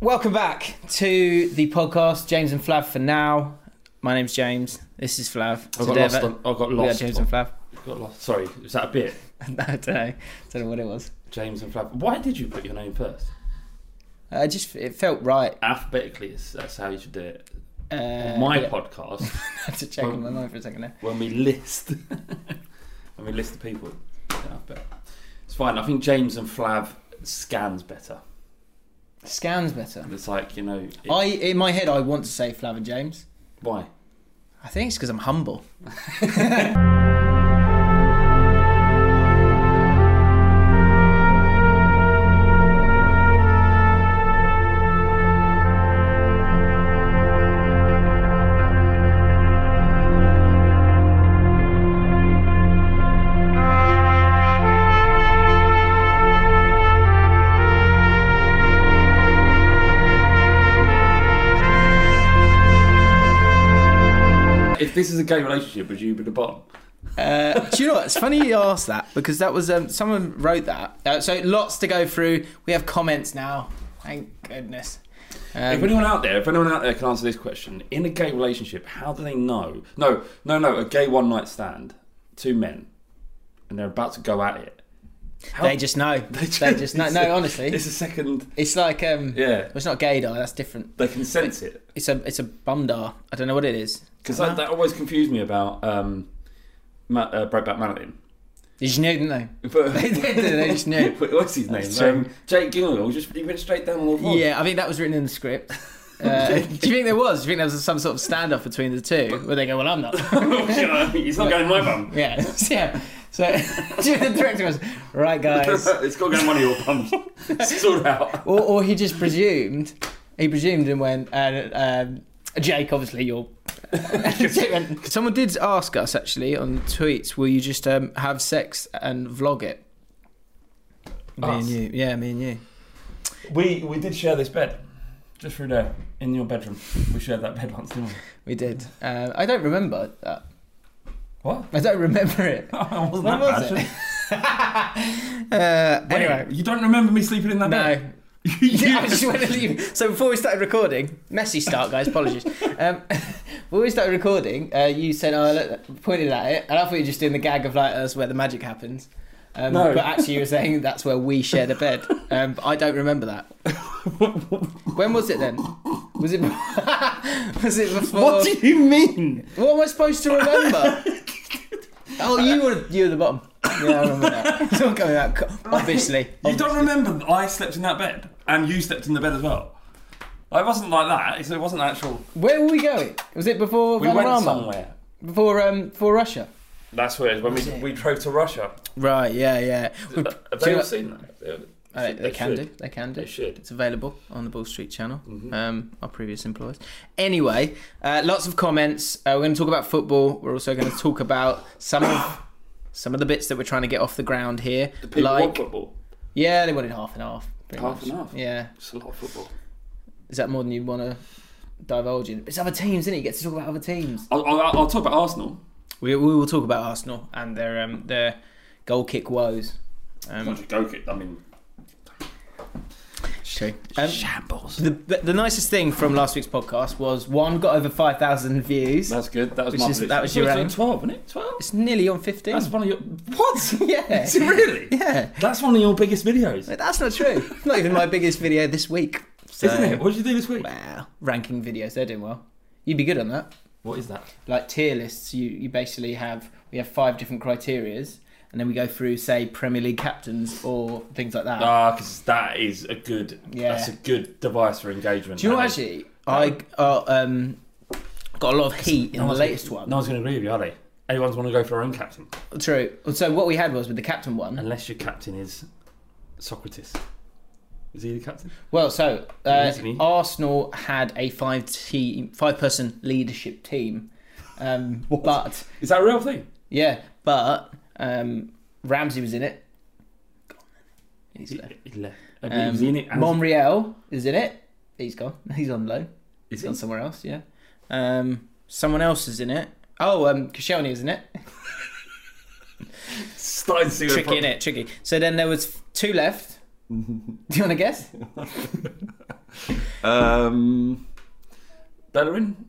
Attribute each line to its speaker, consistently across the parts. Speaker 1: Welcome back to the podcast, James and Flav for now. My name's James. This is Flav.
Speaker 2: I got
Speaker 1: Today
Speaker 2: lost
Speaker 1: I've-
Speaker 2: on- I got
Speaker 1: we
Speaker 2: lost
Speaker 1: James
Speaker 2: on-
Speaker 1: and Flav.
Speaker 2: Got lost. Sorry, was that a bit?
Speaker 1: I don't know. don't know what it was.
Speaker 2: James and Flav. Why did you put your name first?
Speaker 1: I just Uh, it felt right.
Speaker 2: Alphabetically, it's, that's how you should do it.
Speaker 1: Uh,
Speaker 2: my
Speaker 1: yeah.
Speaker 2: podcast,
Speaker 1: I had to check in my mind for a second there.
Speaker 2: when we list, when we list the people, it's alphabet. It's fine. I think James and Flav scans better.
Speaker 1: Scans better.
Speaker 2: It's like you know. it-
Speaker 1: I in my head I want to say Flav and James.
Speaker 2: why?
Speaker 1: I think it's because I'm humble.
Speaker 2: If this is a gay relationship, would you be the bottom?
Speaker 1: Do you know what? It's funny you asked that because that was um, someone wrote that. Uh, so lots to go through. We have comments now. Thank goodness.
Speaker 2: if
Speaker 1: Um,
Speaker 2: anyone out there, if anyone out there can answer this question, in a gay relationship, how do they know? No, no, no. A gay one night stand, two men, and they're about to go at it. How-
Speaker 1: They just know. They just, know. No, honestly,
Speaker 2: it's a second.
Speaker 1: it's like um,
Speaker 2: Yeah.
Speaker 1: well, it's not gaydar. That's different.
Speaker 2: They can sense it.
Speaker 1: It's a it's a bumdar. I don't know what it is.
Speaker 2: Because that, that always confused me about um, Ma- uh, Brokeback Mountain.
Speaker 1: They just knew, didn't they?
Speaker 2: But
Speaker 1: They did, they just knew.
Speaker 2: What- What's his
Speaker 1: That's
Speaker 2: name? Um, Jake Gyllenhaal. Just he went straight down on all fours.
Speaker 1: Yeah, I think that was written in the script. Uh, do you think there was? Do you think there was some sort of standoff between the two where they go, "Well, I'm not."
Speaker 2: Oh, he's not going my bum.
Speaker 1: yeah, yeah. So the director was right, guys.
Speaker 2: it's got to go one of your bums. Sort out.
Speaker 1: Or, or he just presumed. He presumed and went. Uh, um, Jake, obviously, you're. Jake went- Someone did ask us actually on tweets, "Will you just um, have sex and vlog it?" Me
Speaker 2: Us?
Speaker 1: and you, yeah, me and you.
Speaker 2: We we did share this bed, just through there in your bedroom. We shared that bed once, didn't we?
Speaker 1: We did. Uh, I don't remember that.
Speaker 2: What?
Speaker 1: I don't remember it.
Speaker 2: I wasn't
Speaker 1: When
Speaker 2: that
Speaker 1: was
Speaker 2: bad.
Speaker 1: it? Uh,
Speaker 2: Wait,
Speaker 1: anyway,
Speaker 2: you don't remember me sleeping in that bed?
Speaker 1: no. Yeah, I just want to leave. So before we started recording, messy start, guys. Apologies. Um, before we started recording, uh, you said, "Oh, look," pointed at it, and I thought you were just doing the gag of like, "That's where the magic happens." Um,
Speaker 2: No.
Speaker 1: But actually, you were saying that's where we shared a bed. Um, but I don't remember that. when was it then? Was it? was it before?
Speaker 2: What do you mean?
Speaker 1: What am I supposed to remember? oh, you were you were the bottom. Yeah, I remember that. It's not going out. Obviously,
Speaker 2: You don't remember that I slept in that bed and you slept in the bed as well. It wasn't like that. It's- It wasn't actual.
Speaker 1: Where were we going? Was it before
Speaker 2: We went
Speaker 1: Vanarama?
Speaker 2: somewhere.
Speaker 1: Before um before Russia.
Speaker 2: That's where it is. When we, we drove to Russia.
Speaker 1: Right. Yeah. Yeah.
Speaker 2: Have they all seen that? They-
Speaker 1: Uh, they can
Speaker 2: should.
Speaker 1: do. They can do.
Speaker 2: They should. Mm-hmm.
Speaker 1: It's available on the Ball Street channel. Um, our previous employers. Anyway, uh, lots of comments. Uh, we're going to talk about football. We're also going to talk about some of some of the bits that we're trying to get off the ground here.
Speaker 2: People want football.
Speaker 1: yeah, they wanted half and half. pretty
Speaker 2: Half
Speaker 1: much.
Speaker 2: and half?
Speaker 1: Yeah.
Speaker 2: It's a lot of football.
Speaker 1: Is that more than you want to divulge in? It's other teams, isn't it? You get to talk about other teams.
Speaker 2: I'll, I'll, I'll talk about Arsenal.
Speaker 1: We, we will talk about Arsenal and their um, their goal kick woes. Um,
Speaker 2: Go kick. I mean,
Speaker 1: True. Um,
Speaker 2: Shambles.
Speaker 1: the, the the nicest thing from last week's podcast was one got over five thousand views.
Speaker 2: That's good. That was
Speaker 1: Which
Speaker 2: my
Speaker 1: is-
Speaker 2: prediction.
Speaker 1: that was your um,
Speaker 2: It's on
Speaker 1: aim.
Speaker 2: Twelve, wasn't it? Twelve.
Speaker 1: it's nearly on fifteen.
Speaker 2: That's one of your what?
Speaker 1: Yeah.
Speaker 2: really?
Speaker 1: Yeah.
Speaker 2: That's one of your biggest videos,
Speaker 1: But that's not true. It's not even my biggest video this week. So-
Speaker 2: isn't it? What did you do this week?
Speaker 1: Wow. Ranking videos, they're doing well. You'd be good on that.
Speaker 2: What is that?
Speaker 1: Like tier lists, you, you basically have we have five different criterias, and then we go through say Premier League captains or things like that.
Speaker 2: Ah, because that is a good.
Speaker 1: Yeah.
Speaker 2: That's a good device for engagement.
Speaker 1: Do you know
Speaker 2: that
Speaker 1: what,
Speaker 2: is.
Speaker 1: actually? I uh, um, got a lot of heat in the
Speaker 2: one's
Speaker 1: latest
Speaker 2: gonna-
Speaker 1: one.
Speaker 2: No one's going to agree with you, are they? Everyone's want to go for their own captain,
Speaker 1: True. So what we had was with the captain one.
Speaker 2: unless your captain is Socrates. Is he the captain?
Speaker 1: Well, so uh,
Speaker 2: Excuse me?
Speaker 1: Arsenal had a five team, five person leadership team, um, but
Speaker 2: Is that a real thing?
Speaker 1: yeah, but um, Ramsey was in it. He's
Speaker 2: He,
Speaker 1: left.
Speaker 2: he left. I mean,
Speaker 1: Um,
Speaker 2: was he in it as-
Speaker 1: Monreal is in it. He's gone. He's on loan.
Speaker 2: is
Speaker 1: He's
Speaker 2: he?
Speaker 1: gone somewhere else. Yeah. Um, someone else is in it. Oh, um, Koscielny is in it.
Speaker 2: Starting to see
Speaker 1: tricky in it. Tricky. So then there was two left. Do you want to guess?
Speaker 2: Um, Bellerin?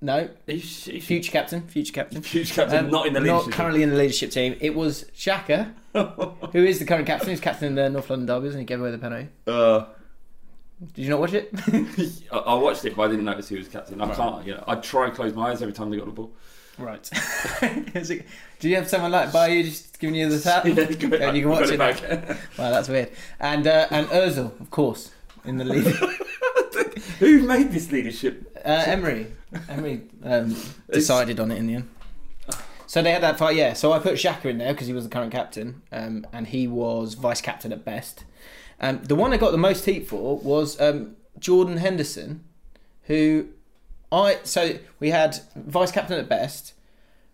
Speaker 1: No.
Speaker 2: He's, he's
Speaker 1: Future captain. Future captain.
Speaker 2: Future captain, not in the leadership
Speaker 1: Um, Not
Speaker 2: team.
Speaker 1: currently in the leadership team. It was Shaka, who is the current captain. He's captain in the North London Derby, and he gave away the penalty.
Speaker 2: Uh,
Speaker 1: Did you not watch it?
Speaker 2: I, I watched it, but I didn't notice he was captain. I can't, you know, I try and close my eyes every time they got the ball.
Speaker 1: right. Is it- Do you have someone like by you just giving you the tap?
Speaker 2: Yeah, go
Speaker 1: Yeah,
Speaker 2: back,
Speaker 1: you can watch it.
Speaker 2: got it
Speaker 1: now.
Speaker 2: back.
Speaker 1: Wow, that's weird. And uh, and Özil, of course, in the lead.
Speaker 2: Who made this leadership?
Speaker 1: Uh, Emery, Emery um, decided on it in the end. So they had that fight, yeah. So I put Shaka in there because he was the current captain, um, and he was vice captain at best. Um, the one I got the most heat for was um, Jordan Henderson, who I so we had vice captain at best,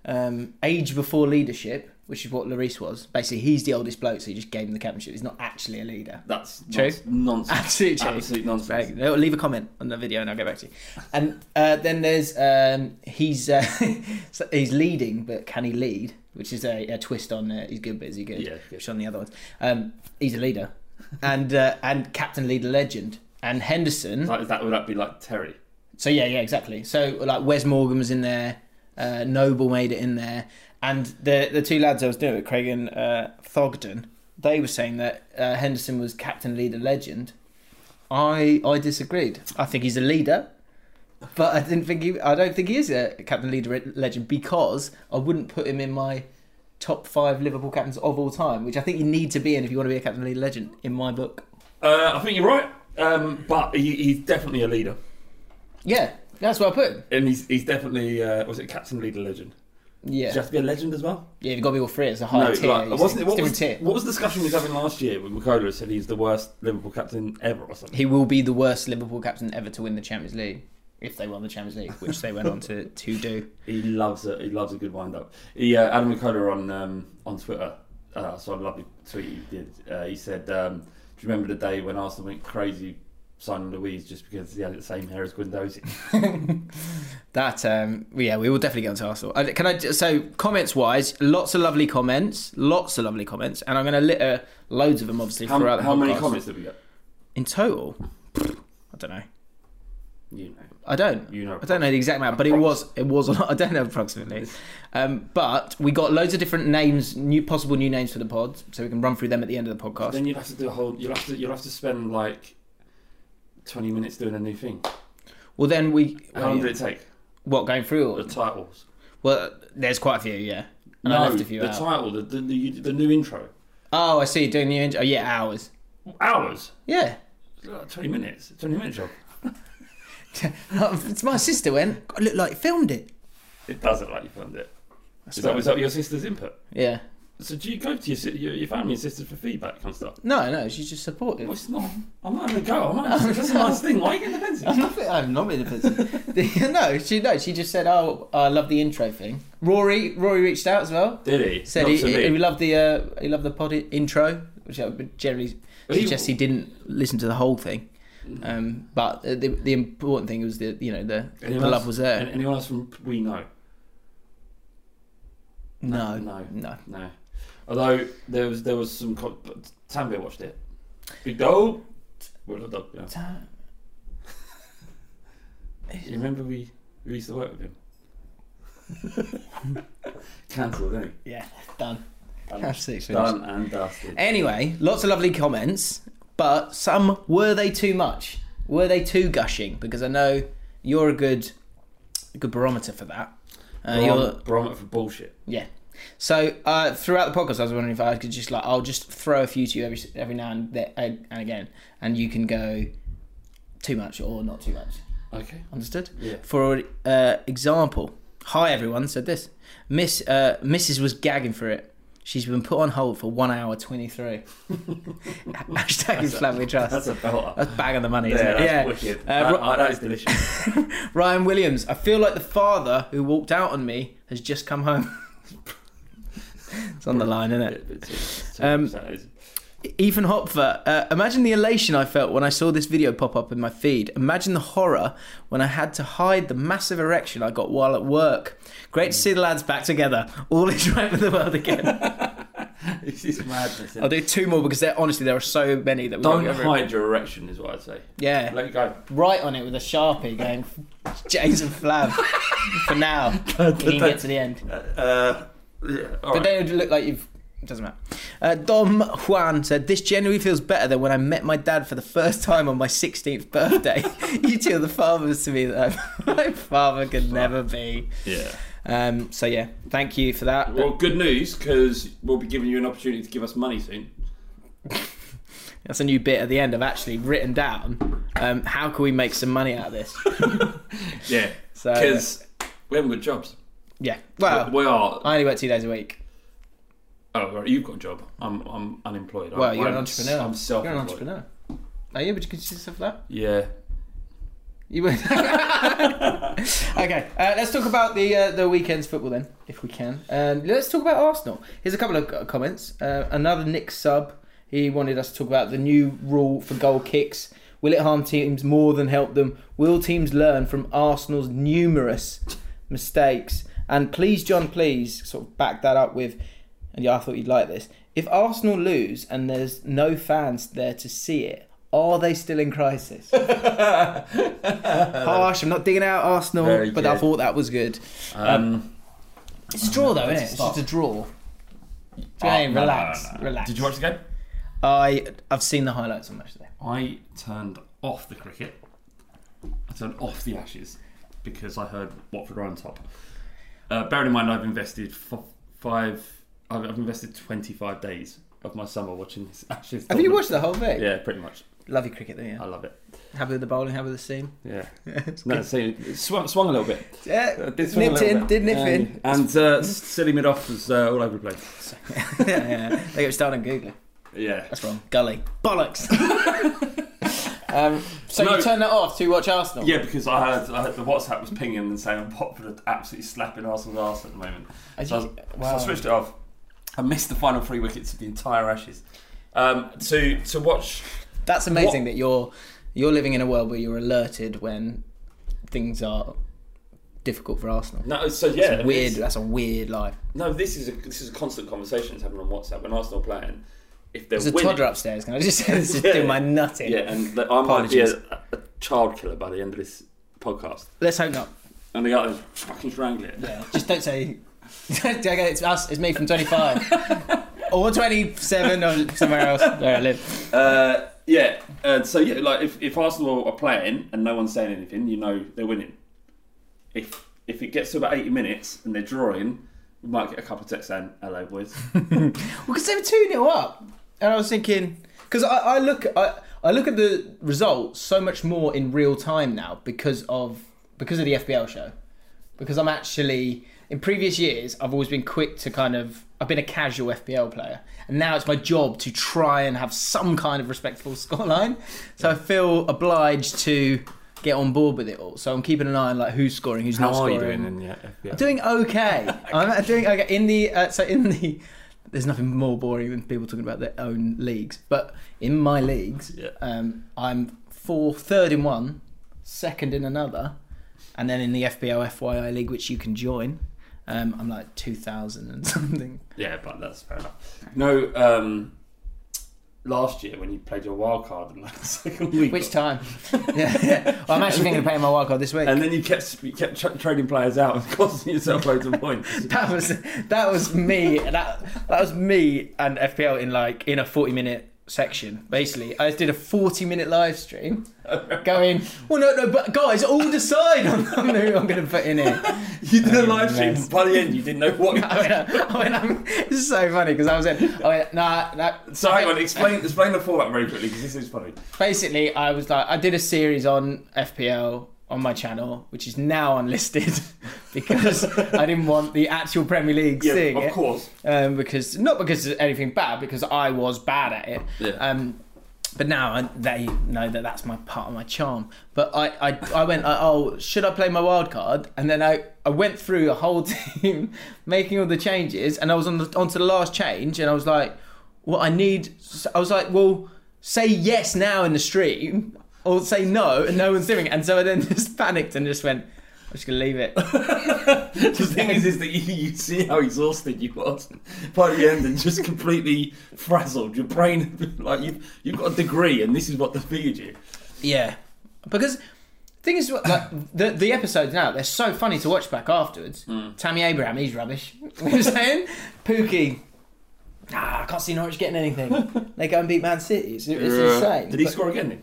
Speaker 1: um, age before leadership, which is what Lloris was. Basically, he's the oldest bloke, so you just gave him the captainship. He's not actually a leader.
Speaker 2: That's
Speaker 1: True.
Speaker 2: nons- nonsense.
Speaker 1: Absolute joke.
Speaker 2: Absolute nonsense.
Speaker 1: Right, no, leave a comment on the video and I'll get back to you. And uh, then there's um, he's uh, so he's leading, but can he lead? Which is a, a twist on uh, he's good, but is he good?
Speaker 2: Yeah,
Speaker 1: Which on the other ones, um, he's a leader, and uh, and captain leader legend and Henderson.
Speaker 2: Like, is that, would that be like Terry?
Speaker 1: So yeah, yeah, exactly. So like Wes Morgan was in there, uh, Noble made it in there, and the the two lads I was doing it, Craig and uh, Thogden, they were saying that uh, Henderson was captain, leader, legend. I I disagreed. I think he's a leader, but I didn't think he. I don't think he is a captain, leader, legend because I wouldn't put him in my top five Liverpool captains of all time, which I think you need to be in if you want to be a captain, leader, legend. In my book,
Speaker 2: Uh, I think you're right, um, but he, he's definitely a leader,
Speaker 1: yeah, that's what I put. him.
Speaker 2: and he's, he's definitely uh, was it captain, leader, legend.
Speaker 1: Yeah,
Speaker 2: Does you have to be a legend as well?
Speaker 1: yeah, you've got to be all three. It's a higher tier.
Speaker 2: like,
Speaker 1: you
Speaker 2: wasn't
Speaker 1: see.
Speaker 2: it,
Speaker 1: It's
Speaker 2: what,
Speaker 1: different
Speaker 2: was,
Speaker 1: tier.
Speaker 2: what was the discussion we was having last year when Makola said he's the worst Liverpool captain ever or something?
Speaker 1: he will be the worst Liverpool captain ever to win the Champions League if they won the Champions League, which they went on to, to do.
Speaker 2: He loves a he loves a good wind up. He uh, Adam McCullough on um, on Twitter uh, saw a lovely tweet he did. Uh, he said, um, "Do you remember the day when Arsenal went crazy signing Louise just because he had the same hair as Guendouzi?"
Speaker 1: That um, yeah, we will definitely get onto Arsenal. Uh, Can I ju- so comments wise, lots of lovely comments, lots of lovely comments, and I'm going to litter loads of them obviously
Speaker 2: how
Speaker 1: throughout the
Speaker 2: how many
Speaker 1: podcast.
Speaker 2: comments did we get?
Speaker 1: in total? I don't know.
Speaker 2: You know,
Speaker 1: I don't.
Speaker 2: You know
Speaker 1: I don't know the exact amount, but it was it was a lot. I don't know approximately. Um, but we got loads of different names, new possible new names for the pods, so we can run through them at the end of the podcast.
Speaker 2: then you'll have to do a whole. You'll have to you'll have to spend like twenty minutes doing a new thing.
Speaker 1: Oh, well, then we
Speaker 2: How long did it take?
Speaker 1: what going through all
Speaker 2: The titles.
Speaker 1: Well, there's quite a few, yeah. And I left a few
Speaker 2: the
Speaker 1: out.
Speaker 2: title, the, the, the the new intro,
Speaker 1: oh, I see. Doing the intro. Oh, yeah, hours.
Speaker 2: hours,
Speaker 1: Yeah.
Speaker 2: Uh, twenty minutes, twenty minute job.
Speaker 1: it's my sister went. God, look like you filmed it.
Speaker 2: It doesn't like you filmed it. Is that, was that your sister's input?
Speaker 1: Yeah.
Speaker 2: So do you go to your si- your, your family and sisters for feedback and stuff?
Speaker 1: No, no, she's just supportive.
Speaker 2: Well, it's not. I'm not having a go. I'm not, that's a nice thing. Why are you getting defensive?
Speaker 1: Nothing. I'm not being offensive. no, she no, she just said, "Oh, I love the intro thing." Rory, Rory reached out as well.
Speaker 2: Did he?
Speaker 1: Said
Speaker 2: Not
Speaker 1: he,
Speaker 2: to
Speaker 1: he,
Speaker 2: me.
Speaker 1: he loved the uh, he loved the pod i- intro, which I would generally
Speaker 2: He- Mm.
Speaker 1: suggests he didn't listen to the whole thing. Um, but uh, the, the important thing was that you know the, the
Speaker 2: Anyone
Speaker 1: love
Speaker 2: else-
Speaker 1: was there.
Speaker 2: an- Anyone else from we know?
Speaker 1: no,
Speaker 2: no.
Speaker 1: no.
Speaker 2: No. Although there was there was some co- but Tanvir watched it. Big dog. What a dog, yeah. You remember we, we used to work with him? Cancelled, didn't he?
Speaker 1: Yeah, done. Absolutely finished.
Speaker 2: Done and dusted.
Speaker 1: Anyway, lots of lovely comments, but some were they too much? Were they too gushing? Because I know you're a good, a good barometer for that. Uh, you're-
Speaker 2: Brom- Bromet for bullshit.
Speaker 1: yeah. So uh, throughout the podcast, I was wondering if I could just like I'll just throw a few to you every every now and th- and again, and you can go too much or not too much.
Speaker 2: Okay.
Speaker 1: Understood.
Speaker 2: Yeah.
Speaker 1: For uh, example, hi everyone said this. Miss uh, Mrs was gagging for it. She's been put on hold for one hour twenty three. Hashtag Flatway Trust.
Speaker 2: That's a belter.
Speaker 1: That's bang on the money,
Speaker 2: yeah,
Speaker 1: isn't it?
Speaker 2: that's
Speaker 1: yeah.
Speaker 2: wicked.
Speaker 1: Uh,
Speaker 2: that,
Speaker 1: Ro-
Speaker 2: oh, that is delicious.
Speaker 1: Ryan Williams, I feel like the father who walked out on me has just come home. it's on the line, isn't it? Um,
Speaker 2: um,
Speaker 1: Ethan Hopfer, uh, imagine the elation I felt when I saw this video pop up in my feed. Imagine the horror when I had to hide the massive erection I got while at work. Great to see the lads back together. All is right with the world again.
Speaker 2: this is madness. isn't
Speaker 1: I'll
Speaker 2: it?
Speaker 1: do two more because there, honestly, there are so many that we
Speaker 2: Don't
Speaker 1: won't go through.
Speaker 2: hide your erection, is what I'd say.
Speaker 1: Yeah.
Speaker 2: Let it go.
Speaker 1: Right on it with a sharpie, going Jason Flav for now. When you get to the end.
Speaker 2: Uh, yeah, all
Speaker 1: But
Speaker 2: right.
Speaker 1: then it would look like you've. It doesn't matter. Uh, Dom Juan said, This genuinely feels better than when I met my dad for the first time on my 16th birthday. you two are the fathers to me that my father could never be.
Speaker 2: Yeah.
Speaker 1: Um, so, yeah, thank you for that.
Speaker 2: Well, good news because we'll be giving you an opportunity to give us money soon.
Speaker 1: That's a new bit at the end. I've actually written down um, how can we make some money out of this?
Speaker 2: Yeah.
Speaker 1: So- Uh,
Speaker 2: Because we haven't got jobs.
Speaker 1: yeah. Well,
Speaker 2: we are.
Speaker 1: I only work two days a week.
Speaker 2: oh, right, you've got a job. I'm, I'm unemployed.
Speaker 1: Well,
Speaker 2: I'm,
Speaker 1: you're an
Speaker 2: I'm-
Speaker 1: entrepreneur.
Speaker 2: I'm self
Speaker 1: You're an entrepreneur. Are you? Would you consider yourself that?
Speaker 2: Yeah.
Speaker 1: You would. okay, uh, let's talk about the uh, the weekend's football then, if we can. Um, let's talk about Arsenal. Here's a couple of c- comments. Uh, another Nick sub. He wanted us to talk about the new rule for goal kicks. Will it harm teams more than help them? Will teams learn from Arsenal's numerous mistakes? And please, John, please sort of back that up with. And yeah, I thought you'd like this. If Arsenal lose and there's no fans there to see it, are they still in crisis? harsh. I'm not digging out Arsenal,
Speaker 2: um, Very
Speaker 1: but I
Speaker 2: good.
Speaker 1: thought that was good.
Speaker 2: Um,
Speaker 1: It's a draw though, isn't it? It's just a draw. Jane,
Speaker 2: oh, no, no,
Speaker 1: relax,
Speaker 2: no, no.
Speaker 1: relax.
Speaker 2: Did you watch the game?
Speaker 1: I I've seen the highlights on Match Day.
Speaker 2: I turned off the cricket. I turned off the Ashes because I heard Watford are on top. Uh, bearing in mind, I've invested f- five. I've, I've invested twenty-five days of my summer watching this Ashes.
Speaker 1: Have you
Speaker 2: tournament.
Speaker 1: watched the whole thing?
Speaker 2: Yeah, pretty much.
Speaker 1: Love your cricket, though. Yeah.
Speaker 2: I love it.
Speaker 1: Happy with the bowling, happy with the seam.
Speaker 2: Yeah, no, so it swung, swung a little bit.
Speaker 1: Yeah,
Speaker 2: Uh, did swing a
Speaker 1: nipped
Speaker 2: little
Speaker 1: in,
Speaker 2: bit.
Speaker 1: did nip
Speaker 2: Um,
Speaker 1: in.
Speaker 2: And uh, silly mid off was uh, all over the place.
Speaker 1: yeah, yeah. They get started on Googling.
Speaker 2: Yeah,
Speaker 1: That's wrong. Gully. Bollocks. um, so
Speaker 2: No.
Speaker 1: you turn that off to watch Arsenal.
Speaker 2: yeah, because I heard, I heard the WhatsApp was pinging and saying Watford are absolutely slapping Arsenal's arse at the moment.
Speaker 1: Are
Speaker 2: So, I,
Speaker 1: you-
Speaker 2: was-
Speaker 1: wow.
Speaker 2: so I switched it off. I missed the final three wickets of the entire Ashes. Um, to to watch,
Speaker 1: That's amazing
Speaker 2: What-
Speaker 1: that you're you're living in a world where you're alerted when things are difficult for Arsenal.
Speaker 2: no, so yeah, I mean,
Speaker 1: Weird.
Speaker 2: it's-
Speaker 1: That's a weird life.
Speaker 2: No, this is a this is a constant conversation that's happening on WhatsApp when Arsenal are playing. If they're
Speaker 1: There's a
Speaker 2: winning,
Speaker 1: toddler upstairs. Can I just, just do my nutting?
Speaker 2: Yeah, and that I might be
Speaker 1: Apologies.
Speaker 2: a, a child killer by the end of this podcast.
Speaker 1: Let's hope not.
Speaker 2: And the guy was fucking strangling it.
Speaker 1: Yeah, just don't say. don't go, it's us. It's me from 25 or 27 or somewhere else where I live.
Speaker 2: Uh, yeah. Uh, so yeah, like if, if Arsenal are playing and no one's saying anything, you know they're winning. If if it gets to about eighty minutes and they're drawing, we might get a couple of texts saying "Hello, boys."
Speaker 1: Because they were two 0 up, and I was thinking because I, I look I, I look at the results so much more in real time now because of because of the FBL show. Because I'm actually in previous years I've always been quick to kind of I've been a casual FBL player, and now it's my job to try and have some kind of respectable scoreline. So I feel obliged to get on board with it all. So I'm keeping an eye on like who's scoring, who's not scoring.
Speaker 2: yeah,
Speaker 1: Doing okay. I'm doing okay. In the uh, so in the there's nothing more boring than people talking about their own leagues. But in my leagues,
Speaker 2: Yeah.
Speaker 1: um, I'm fourth, third in one, second in another, and then in the FBO FYI league, which you can join, um, I'm like two thousand and something.
Speaker 2: Yeah, but that's fair enough. No, um, last year when you played your wild card in like the second week.
Speaker 1: Which time? yeah, yeah. Well, I'm actually thinking of playing my wildcard this week.
Speaker 2: And then you kept you kept tra- trading players out and costing yourself loads of points.
Speaker 1: that was that was me. That that was me and FPL in like in a 40 minute section. Basically, I did a 40 minute live stream going. Well, no, no, but guys, all decide on, on who I'm going to put in here.
Speaker 2: You did a live stream. but By the end, you didn't know what.
Speaker 1: I mean, I mean, I'm, it's so funny because I was in. I went, nah, nah.
Speaker 2: So hang on, explain explain the format very quickly because this is funny.
Speaker 1: basically I was like I did a series on FPL on my channel, which is now unlisted because I didn't want the actual Premier League
Speaker 2: Yeah,
Speaker 1: seeing
Speaker 2: of
Speaker 1: it.
Speaker 2: course.
Speaker 1: Um, because not because of anything bad, because I was bad at it.
Speaker 2: Yeah.
Speaker 1: Um, but now I, they know that that's my part of my charm. But I, I, I went, like, oh, should I play my wild card? And then I, I went through a whole team making all the changes, and I was on the, onto the last change, and I was like, well, I need. I was like, well, say yes now in the stream, or say no, and no one's doing it. And so I then just panicked and just went, I'm just gonna leave it.
Speaker 2: The thing is, is that you, you see how exhausted you are by the end and just completely frazzled. Your brain, like you, you've got a degree, and this is what defeated you.
Speaker 1: Yeah, because thing is, like, the the episodes now they're so funny to watch back afterwards. Tammy Abraham, he's rubbish. You know what I'm saying Pookie. Ah, I can't see Norwich getting anything. they go and beat Man City. It's, it's insane.
Speaker 2: Did he
Speaker 1: But-
Speaker 2: score again? Then?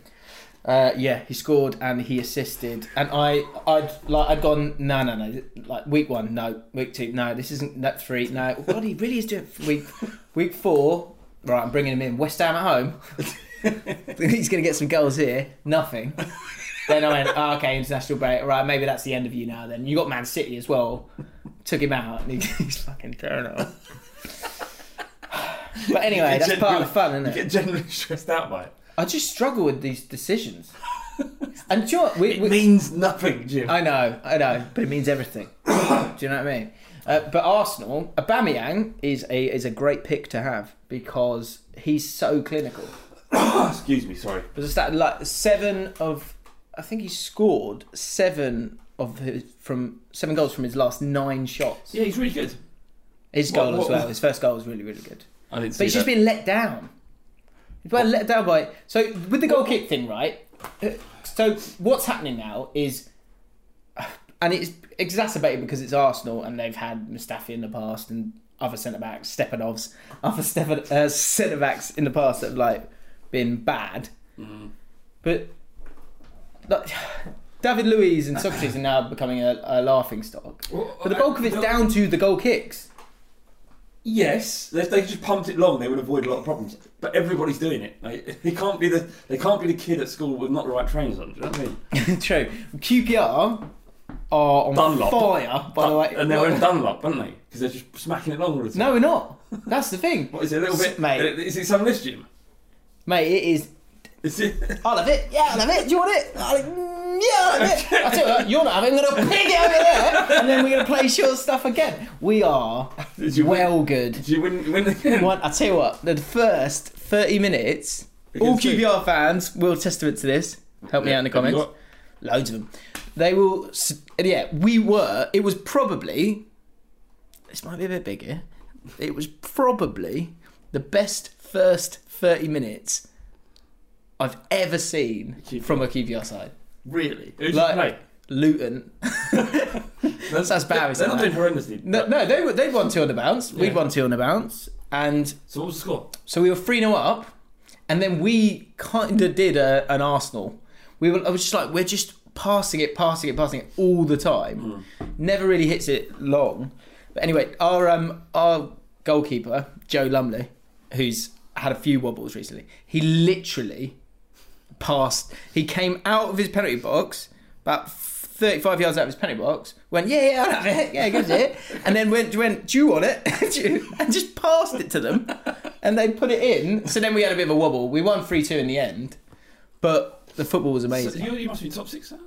Speaker 1: Uh, yeah, he scored and he assisted. And I, I'd like, I'd gone no, no, no. Like week one, no. Week two, no. This isn't that three, no. God, he really is doing week week four. Right, I'm bringing him in. West Ham at home. He's going to get some goals here. Nothing. then I went, oh, okay, international break. All right, maybe that's the end of you now. Then you got Man City as well. Took him out, and he- he's fucking tearing it up. but anyway, that's part of the fun, isn't
Speaker 2: You
Speaker 1: it?
Speaker 2: get generally stressed out by it.
Speaker 1: I just struggle with these decisions. and do you know what? We,
Speaker 2: It
Speaker 1: we-
Speaker 2: means nothing, Jim.
Speaker 1: I know, I know, but it means everything. do you know what I mean? Uh, but Arsenal, Aubameyang is a is a great pick to have because he's so clinical.
Speaker 2: Excuse me, sorry.
Speaker 1: But it's that like seven of, I think he scored seven of his from seven goals from his last nine shots.
Speaker 2: Yeah, he's really good.
Speaker 1: His goal
Speaker 2: What-
Speaker 1: as
Speaker 2: what-
Speaker 1: well. His first goal was really really good.
Speaker 2: I didn't
Speaker 1: But he's just been let down. He's been let down by. So with the goal kick thing, right? uh, So what's happening now is, and it's exacerbated because it's Arsenal and they've had Mustafi in the past and other centre backs, Stepanovs, other Stepan, uh, centre backs in the past that have like been bad.
Speaker 2: Mm-hmm.
Speaker 1: But like, David Luiz and Socrates are now becoming a, a laughing stock.
Speaker 2: Well,
Speaker 1: But the bulk of it's
Speaker 2: I-
Speaker 1: down to the goal kicks.
Speaker 2: Yes, if they just pumped it long, they would avoid a lot of problems. But everybody's doing it. Like, they can't be the they can't be the kid at school with not the right trainers on. Do you know what I mean?
Speaker 1: True. QPR are on
Speaker 2: Dunlop.
Speaker 1: fire, by the way.
Speaker 2: and they were in Dunlop, weren't they? Because they're just smacking it long all the time.
Speaker 1: no, we're not. That's the thing.
Speaker 2: What is it? A little bit,
Speaker 1: Mate,
Speaker 2: Is it some list, Jim?
Speaker 1: mate, it is.
Speaker 2: Is it?
Speaker 1: I'll have it. Yeah, I'll have it. Do you want it? I'll have, mm, yeah, I'll have it. I tell you what, you're not having it. I'm going to pig it over there. And then we're going to play short stuff again. We are
Speaker 2: Did you win-
Speaker 1: well good.
Speaker 2: Do you win? Win again?
Speaker 1: One, I tell you what, the first 30 minutes, all
Speaker 2: Against who?
Speaker 1: QPR fans will testament to this. Help me out in the
Speaker 2: Have you
Speaker 1: comments.
Speaker 2: got-
Speaker 1: Loads of them. They will. s- Yeah, we were. It was probably. This might be a bit bigger. It was probably the best first 30 minutes I've ever seen from a QPR side.
Speaker 2: Really? Who's
Speaker 1: Like,
Speaker 2: play?
Speaker 1: Luton.
Speaker 2: That's,
Speaker 1: that's bad,
Speaker 2: They're
Speaker 1: isn't
Speaker 2: not
Speaker 1: it?
Speaker 2: doing horrendously.
Speaker 1: No, no they, were- they won two on the bounce. We
Speaker 2: Yeah.
Speaker 1: won two on the bounce. And
Speaker 2: So what was the score?
Speaker 1: So we were 3 0 up, and then we kind of did a, an Arsenal. We were, I was just like, we're just passing it, passing it, passing it all the time. Never really hits it long. But anyway, our um, our goalkeeper, Joe Lumley, who's had a few wobbles recently, he literally passed. He came out of his penalty box about 35 yards out of his penalty box. Went, yeah, yeah, I'll have it. Yeah, give it. and then went, went, do you want it? Do you-" and just passed it to them. And they put it in. So then we had a bit of a wobble. We won 3 2 in the end. But the football was
Speaker 2: So
Speaker 1: amazing.
Speaker 2: you, you must be top six now.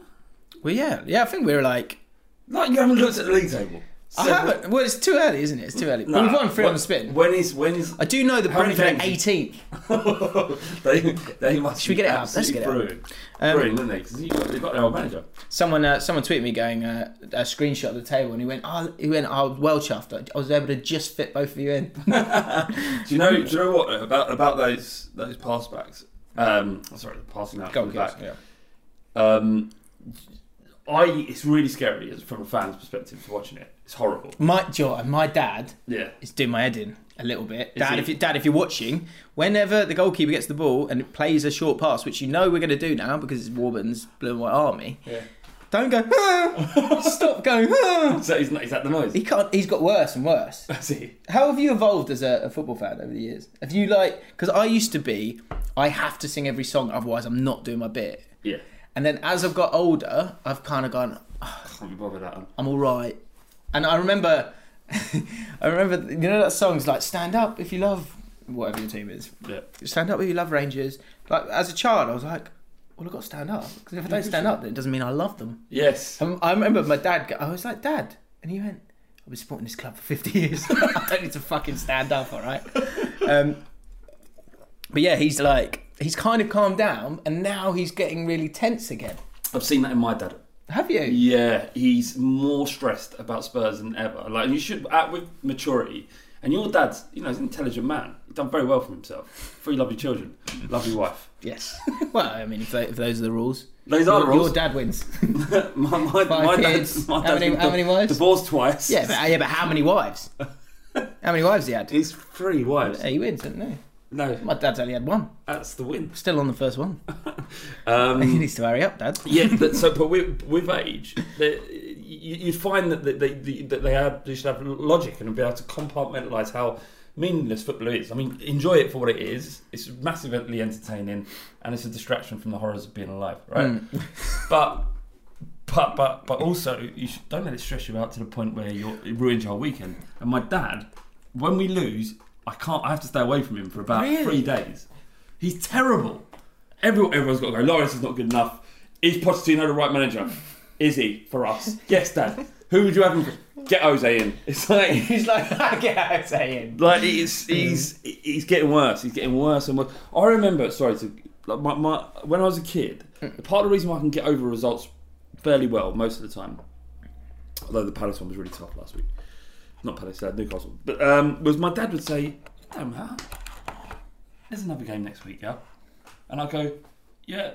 Speaker 1: well, yeah. Yeah, I think we were like,
Speaker 2: No, you haven't looked at the league table.
Speaker 1: I
Speaker 2: So-
Speaker 1: haven't. Well, it's too early, isn't it? It's too early.
Speaker 2: Nah,
Speaker 1: We've won three
Speaker 2: when-
Speaker 1: on the spin.
Speaker 2: When is when is
Speaker 1: I do know that
Speaker 2: How many
Speaker 1: Brentford are
Speaker 2: games?
Speaker 1: 18th.
Speaker 2: they they must
Speaker 1: Should we
Speaker 2: be
Speaker 1: get it out? Let's
Speaker 2: absolutely
Speaker 1: get it out.
Speaker 2: Brilliant,
Speaker 1: Um,
Speaker 2: brilliant, didn't they? Because you got, they got their old manager.
Speaker 1: Someone uh, someone tweeted me going uh, a screenshot of the table, and he went, "Oh, he went, oh, well chuffed. I- I was able to just fit both of you in."
Speaker 2: Do you know? Do you know what about about those those pass backs? Um, sorry, passing out
Speaker 1: Goal
Speaker 2: from the back.
Speaker 1: kicks, yeah.
Speaker 2: Um, I it's really scary as- from a fan's perspective watching it. It's horrible.
Speaker 1: My Joe, my dad
Speaker 2: Yeah.
Speaker 1: is doing my head in a little bit. Dad,
Speaker 2: he?
Speaker 1: if you, dad, if you're watching, whenever the goalkeeper gets the ball and plays a short pass, which you know we're going to do now because it's Warburton's blue and white army, don't go. "Ah." Stop going. "Ah."
Speaker 2: So is that, is that the noise?
Speaker 1: He can't. He's got worse and worse.
Speaker 2: See,
Speaker 1: How have you evolved as a, a football fan over the years? Have you like? Because I used to be, I have to sing every song, otherwise I'm not doing my bit.
Speaker 2: yeah.
Speaker 1: And then as I've got older, I've kind of gone,
Speaker 2: Can't be bothered that one.
Speaker 1: I'm all right. And I remember, I remember, you know that song's like "Stand Up If You Love Whatever Your Team Is."
Speaker 2: Yeah.
Speaker 1: Stand up if you love Rangers. Like as a child, I was like, well, I've got to stand up because if I don't stand up, then it doesn't mean I love them.
Speaker 2: Yes.
Speaker 1: Um, I remember my dad. go- I was like, Dad, and he went, I've been supporting this club for fifty years. I don't need to fucking stand up, all right? Um, but yeah, he's like, he's kind of calmed down, and now he's getting really tense again.
Speaker 2: I've seen that in my dad.
Speaker 1: Have you?
Speaker 2: Yeah, he's more stressed about Spurs than ever. Like you should act with maturity. And your dad's, you know, he's an intelligent man. He's done very well for himself. Three lovely children, lovely wife.
Speaker 1: Yes. well, I mean, if, tho- if those are the rules,
Speaker 2: Those are the
Speaker 1: your,
Speaker 2: rules.
Speaker 1: Your dad wins.
Speaker 2: My, my,
Speaker 1: Five
Speaker 2: my
Speaker 1: kids.
Speaker 2: dad's, my
Speaker 1: How
Speaker 2: dad's
Speaker 1: many-
Speaker 2: been
Speaker 1: how
Speaker 2: di-
Speaker 1: many wives?
Speaker 2: Divorced twice.
Speaker 1: yeah, but yeah, but how many wives? How many wives he had?
Speaker 2: he's three wives.
Speaker 1: Yeah, he wins, didn't he?
Speaker 2: No,
Speaker 1: My dad's only had one.
Speaker 2: that's the win.
Speaker 1: Still on the first one.
Speaker 2: Um,
Speaker 1: He needs to hurry up, Dad.
Speaker 2: yeah, but, so but with, with age, the- you, you find that they, they, that they have they should have logic and be able to compartmentalise how meaningless football is. I mean, enjoy it for what it is. It's massively entertaining, and it's a distraction from the horrors of being alive, right? But. But, but but also you should, don't let it stress you out to the point where you're, it ruins your whole weekend. And my dad, when we lose, I can't. I have to stay away from him for about three days. He's terrible. Everyone, everyone's got to go. Lawrence is not good enough. Is Pochettino the right manager? Is he for us? Yes, Dad. Who would you have him? for? Get Jose in. It's like
Speaker 1: He's like, I get what I'm saying.
Speaker 2: like it's he's he's getting worse. He's getting worse and worse. I remember, sorry, to like my, my when I was a kid, part of the reason why I can get over results fairly well most of the time, although the Palace one was really tough last week, not Palace, uh, Newcastle, but um, was my dad would say, "Don't matter. There's another game next week, yeah," and I go, "Yeah,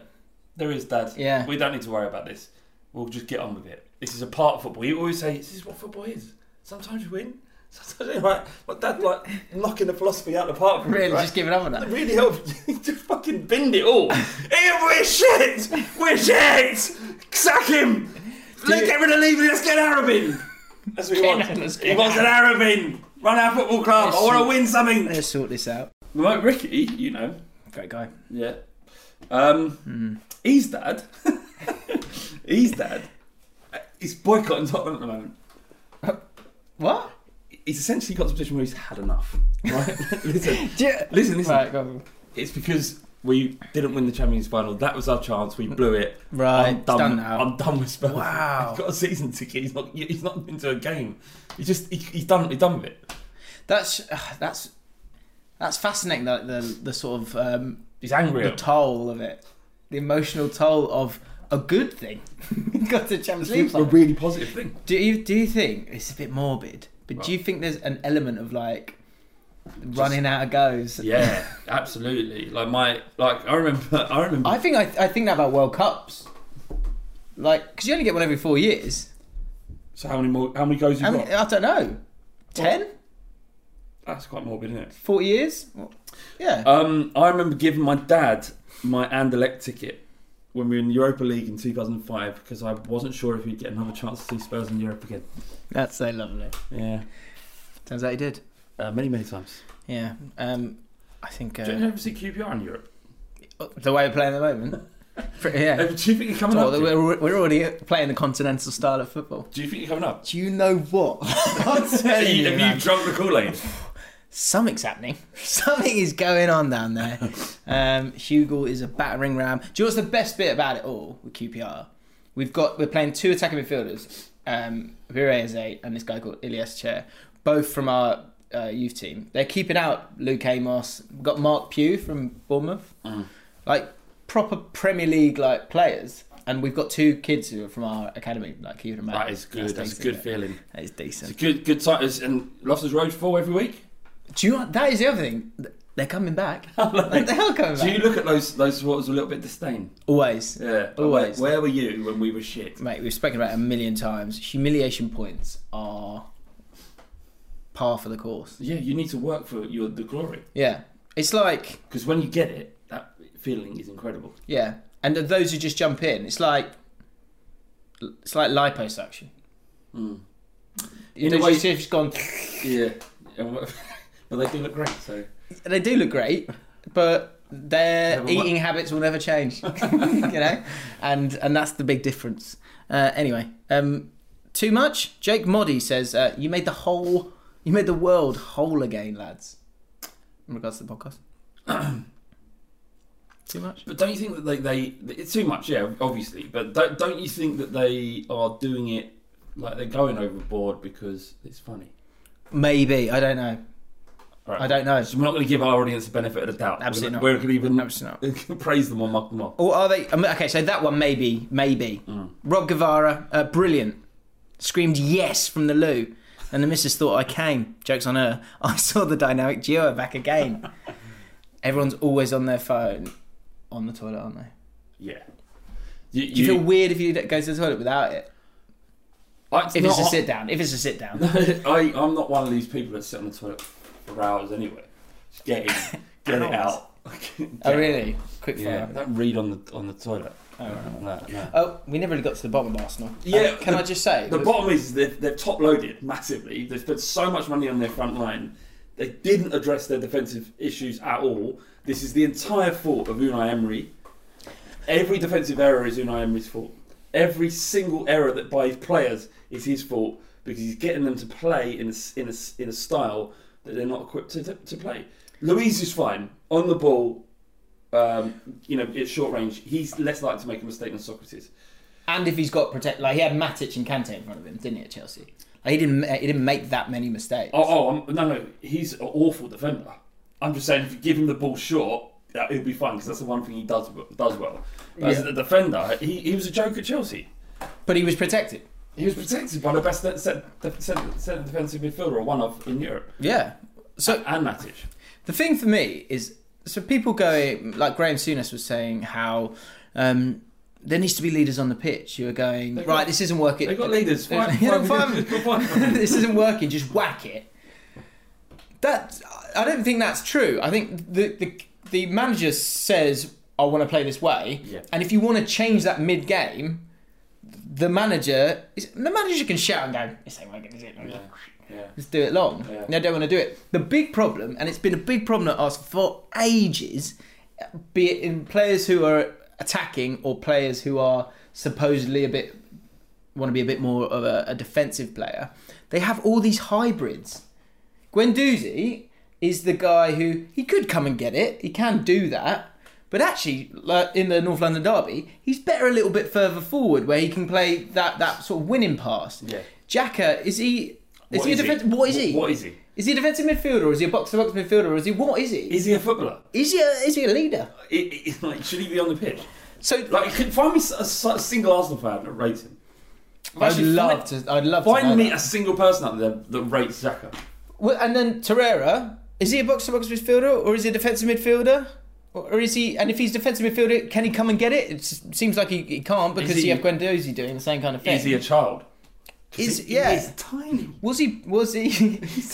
Speaker 2: there is, Dad.
Speaker 1: Yeah.
Speaker 2: we don't need to worry about this. We'll just get on with it. This is a part of football. You always say this is what football is. Sometimes you win." Sometimes you're like, my dad like knocking the philosophy out of the park. for me,
Speaker 1: Really,
Speaker 2: right?
Speaker 1: just giving up on
Speaker 2: That
Speaker 1: that.
Speaker 2: really helped just fucking binned it all. Ian, we're shit! We're shit! Sack him! Let's get rid of Levy, let's get Arabin! That's what he wants.
Speaker 1: let's
Speaker 2: He
Speaker 1: get
Speaker 2: wants an Arabin! Run our football club, I want to win something!
Speaker 1: Let's sort this out.
Speaker 2: Like Ricky, you know.
Speaker 1: Great guy.
Speaker 2: Yeah. Um,
Speaker 1: Hmm.
Speaker 2: He's dad. he's dad. He's boycotting Tottenham at the moment.
Speaker 1: What?
Speaker 2: He's essentially got to a position where he's had enough. Right? listen, listen, listen.
Speaker 1: Right, go on.
Speaker 2: It's because we didn't win the Champions Final. That was our chance. We blew it.
Speaker 1: Right,
Speaker 2: I'm done,
Speaker 1: it's done now.
Speaker 2: I'm done with Spurs.
Speaker 1: Wow.
Speaker 2: He's got a season ticket. He's not. He's not been to a game. He's just. He, he's done. He's done with it.
Speaker 1: That's ah, that's that's fascinating. Like the the sort of um,
Speaker 2: He's angry.
Speaker 1: the
Speaker 2: at-
Speaker 1: toll of it, the emotional toll of a good thing. Got to Champions League.
Speaker 2: a
Speaker 1: final.
Speaker 2: really positive thing.
Speaker 1: Do you do you think it's a bit morbid? But do you think there's an element of like running out of goes?
Speaker 2: Yeah, absolutely. Like my. Like I remember. I remember.
Speaker 1: I think I, I think that about World Cups, like because you only get one every four years.
Speaker 2: so how many more? How many goes you
Speaker 1: I,
Speaker 2: have
Speaker 1: mean,
Speaker 2: got?
Speaker 1: I don't know, 10?
Speaker 2: That's quite morbid, isn't it?
Speaker 1: 40 years. Well, Yeah,
Speaker 2: Um, I remember giving my dad my Anderlecht ticket when we were in Europa League in 2005 because I wasn't sure if we'd get another chance to see Spurs in Europe again.
Speaker 1: that's so lovely.
Speaker 2: Yeah.
Speaker 1: Turns out he did.
Speaker 2: Uh, many, many times.
Speaker 1: Yeah, um, I think
Speaker 2: Do you
Speaker 1: uh, oh,
Speaker 2: ever see QPR in Europe?
Speaker 1: the way we're playing at the moment. Pretty- yeah,
Speaker 2: Uh, Do you think you're coming
Speaker 1: well,
Speaker 2: up? Do
Speaker 1: we're, we're already playing the continental style of football.
Speaker 2: you think you're coming up?
Speaker 1: Do you know what? I'm
Speaker 2: Have
Speaker 1: telling
Speaker 2: you,
Speaker 1: you,
Speaker 2: have you
Speaker 1: man.
Speaker 2: drunk the Kool Aid?
Speaker 1: something's happening. Something is going on down there. Um, Hugo is a battering ram. Do you know what's the best bit about it all with QPR? We've got we're playing two attacking midfielders, um, Vire is eight, and this guy called Ilias Chair, both from our uh, youth team. They're keeping out Luke Amos. We've got Mark Pugh from Bournemouth,
Speaker 2: Mm.
Speaker 1: like proper Premier League like players. And we've got two kids who are from our academy, like you remember.
Speaker 2: That is good. That's, a good feeling.
Speaker 1: That is decent.
Speaker 2: It's a good good site. It's- And Loftus Road full every week.
Speaker 1: Do you? know what- That is the other thing. They're coming back. like, they are coming back.
Speaker 2: Do you look at those those supporters with a little bit of disdain?
Speaker 1: Always.
Speaker 2: Yeah.
Speaker 1: Always.
Speaker 2: Where, where were you when we were shit?
Speaker 1: Mate, we've spoken about it a million times. Humiliation points are par for the course.
Speaker 2: Yeah, you need to work for your the glory
Speaker 1: Yeah. It's like,
Speaker 2: because when you get it, that feeling is incredible.
Speaker 1: yeah. And th- those who just jump in, it's like, it's like liposuction. You
Speaker 2: Hmm. In a
Speaker 1: know,
Speaker 2: way-
Speaker 1: you see if it's gone,
Speaker 2: Yeah, And what- but they do look great. So
Speaker 1: they do look great, but their
Speaker 2: but what-
Speaker 1: eating habits will never change, you know, and and that's the big difference. Uh, anyway, um, too much. Jake Moddy says uh, you made the whole, you made the world whole again, lads. In regards to the podcast, too much.
Speaker 2: But don't you think that they, they it's too much? Yeah, obviously. But don't, don't you think that they are doing it like they're going overboard because it's funny?
Speaker 1: Maybe I don't know.
Speaker 2: Right.
Speaker 1: I don't know.
Speaker 2: So we're not going to give our audience the benefit of the doubt.
Speaker 1: Absolutely
Speaker 2: we're not. We're not
Speaker 1: Absolutely
Speaker 2: going to even praise them or mock them off.
Speaker 1: Or Oh, are they? I mean, okay, so that one maybe, maybe.
Speaker 2: Mm.
Speaker 1: Rob Guevara, uh, brilliant, screamed yes from the loo, and the missus thought I came. Jokes on her. I saw the dynamic duo back again. Everyone's always on their phone, on the toilet, aren't they?
Speaker 2: Yeah. You,
Speaker 1: Do you, feel weird if you d- go to the toilet without it?
Speaker 2: I, it's
Speaker 1: If it's
Speaker 2: not-
Speaker 1: a sit down, if it's a sit down.
Speaker 2: I, I'm not one of these people that sit on the toilet for hours anyway. Just get in, get
Speaker 1: Hours?
Speaker 2: it out.
Speaker 1: oh really? Quick
Speaker 2: Yeah,
Speaker 1: fire.
Speaker 2: don't read on the on the toilet. No, no.
Speaker 1: Oh, we never really got to the bottom of Arsenal.
Speaker 2: Yeah,
Speaker 1: Uh, can
Speaker 2: the-
Speaker 1: I just say
Speaker 2: The bottom is they've, they've top loaded massively. They've spent so much money on their front line. They didn't address their defensive issues at all. This is the entire fault of Unai Emery. Every defensive error is Unai Emery's fault. Every single error that by his players is his fault because he's getting them to play in a, s- in a, s- in a style that they're not equipped to, to, to play. Louise is fine on the ball. Um, you know, at short range, he's less likely to make a mistake than Socrates.
Speaker 1: And if he's got protect, like he had Matic and Kante in front of him, didn't he at Chelsea? Like he didn't, he didn't make that many mistakes.
Speaker 2: Oh, oh I'm, no, no, he's an awful defender. I'm just saying, if you give him the ball short, that it'll be fun because that's the one thing he does does well. But As
Speaker 1: Yeah.
Speaker 2: a defender, he, he was a joke at Chelsea.
Speaker 1: But he was protected.
Speaker 2: He was protected by the best set, set, def- set, set defensive midfielder or one of in Europe,
Speaker 1: Yeah. So
Speaker 2: and Matic.
Speaker 1: the thing for me is, so people going like Graham Souness was saying how um, there needs to be leaders on the pitch who are going
Speaker 2: They've
Speaker 1: right.
Speaker 2: got-
Speaker 1: This isn't working.
Speaker 2: they've got leaders. Fine,
Speaker 1: You know,
Speaker 2: fine.
Speaker 1: fine. this isn't working. Just whack it. That I don't think that's true. I think the the, the manager says I want to play this way,
Speaker 2: Yeah.
Speaker 1: and if you want to change that mid game. The manager, is, the manager can shout and go. This ain't working, is it?
Speaker 2: Yeah.
Speaker 1: Let's do it long.
Speaker 2: Yeah.
Speaker 1: They don't want to do it. The big problem, and it's been a big problem at Arsenal for ages, be it in players who are attacking or players who are supposedly a bit want to be a bit more of a, a defensive player. They have all these hybrids. Gwendouzi is the guy who he could come and get it. He can do that. But actually, like, in the North London derby, he's better a little bit further forward, where he can play that, that sort of winning pass.
Speaker 2: Yeah.
Speaker 1: Jacka is he? Is
Speaker 2: What
Speaker 1: he a
Speaker 2: is he?
Speaker 1: defensive? What is he?
Speaker 2: What is he?
Speaker 1: Is he a defensive midfielder? Or is he a box to box midfielder? Or is he what is he?
Speaker 2: Is he a footballer?
Speaker 1: Is he a, is he a leader?
Speaker 2: It, it, like, should he be on the pitch?
Speaker 1: So
Speaker 2: Like, could find me a, a single Arsenal fan that rates him.
Speaker 1: I'd
Speaker 2: Actually,
Speaker 1: love
Speaker 2: find-
Speaker 1: to. I'd love to know
Speaker 2: Find me
Speaker 1: that.
Speaker 2: a single person out there that rates Xhaka.
Speaker 1: Well, and then Torreira, is he a box to box midfielder or is he a defensive midfielder? Or or is he? And if he's defensive midfielder, can he come and get it? It s- seems like he, he can't because
Speaker 2: he-
Speaker 1: you have Guendouzi doing the same kind of thing.
Speaker 2: Is he a child? 'Cause
Speaker 1: Is-
Speaker 2: he-
Speaker 1: yeah.
Speaker 2: he is tiny.
Speaker 1: was he? Was he?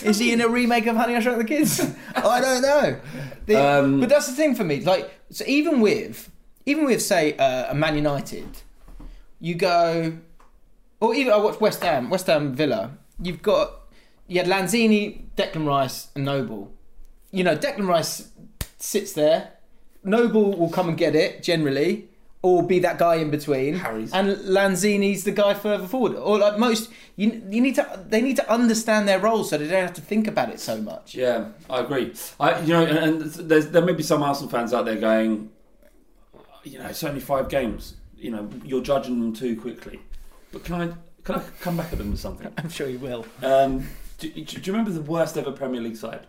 Speaker 1: is he in a remake of Honey I Shrunk the Kids? Oh, I don't know. The-
Speaker 2: Um,
Speaker 1: but that's the thing for me. Like, so even with, even with say uh, a Man United, you go, or even I watched West Ham, West Ham Villa. You've got you had Lanzini, Declan Rice, and Noble. You know, Declan Rice sits there. Noble will come and get it generally, or be that guy in between.
Speaker 2: Harry's.
Speaker 1: And Lanzini's the guy further forward, or like most. You, you need to they need to understand their role so they don't have to think about it so much.
Speaker 2: Yeah, I agree. I, you know, and, and there's, there may be some Arsenal fans out there going, you know, it's only five games. He- you know you're judging them too quickly. But can I can I come back at them with something?
Speaker 1: I'm sure you will.
Speaker 2: Um, do, do you remember the worst ever Premier League side?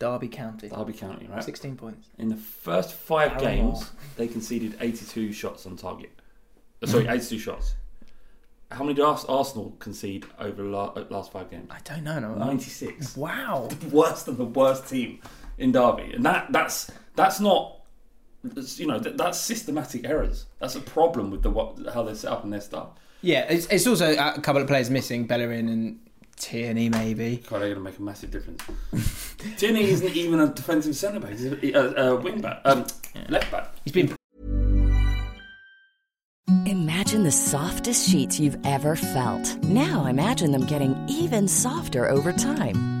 Speaker 1: Derby County,
Speaker 2: Derby County, right?
Speaker 1: 16 points.
Speaker 2: In the first five
Speaker 1: Barrymore.
Speaker 2: games, they conceded 82 shots on target. Uh, Sorry, 82 shots. How many did Ars- Arsenal concede over the la- uh, last five games?
Speaker 1: I don't know. No.
Speaker 2: 96.
Speaker 1: Wow.
Speaker 2: Worse than the worst team in Derby, and that that's that's not that's, you know that, that's systematic errors. That's a problem with the what, how they set up and their stuff.
Speaker 1: Yeah, it's, it's also a couple of players missing, Bellerin and Tierney maybe.
Speaker 2: God, they're going to make a massive difference. Tierney isn't even a defensive centre back; he's a, a, a wing back, um, left back.
Speaker 1: He's been
Speaker 3: Imagine the softest sheets you've ever felt. Now imagine them getting even softer over time.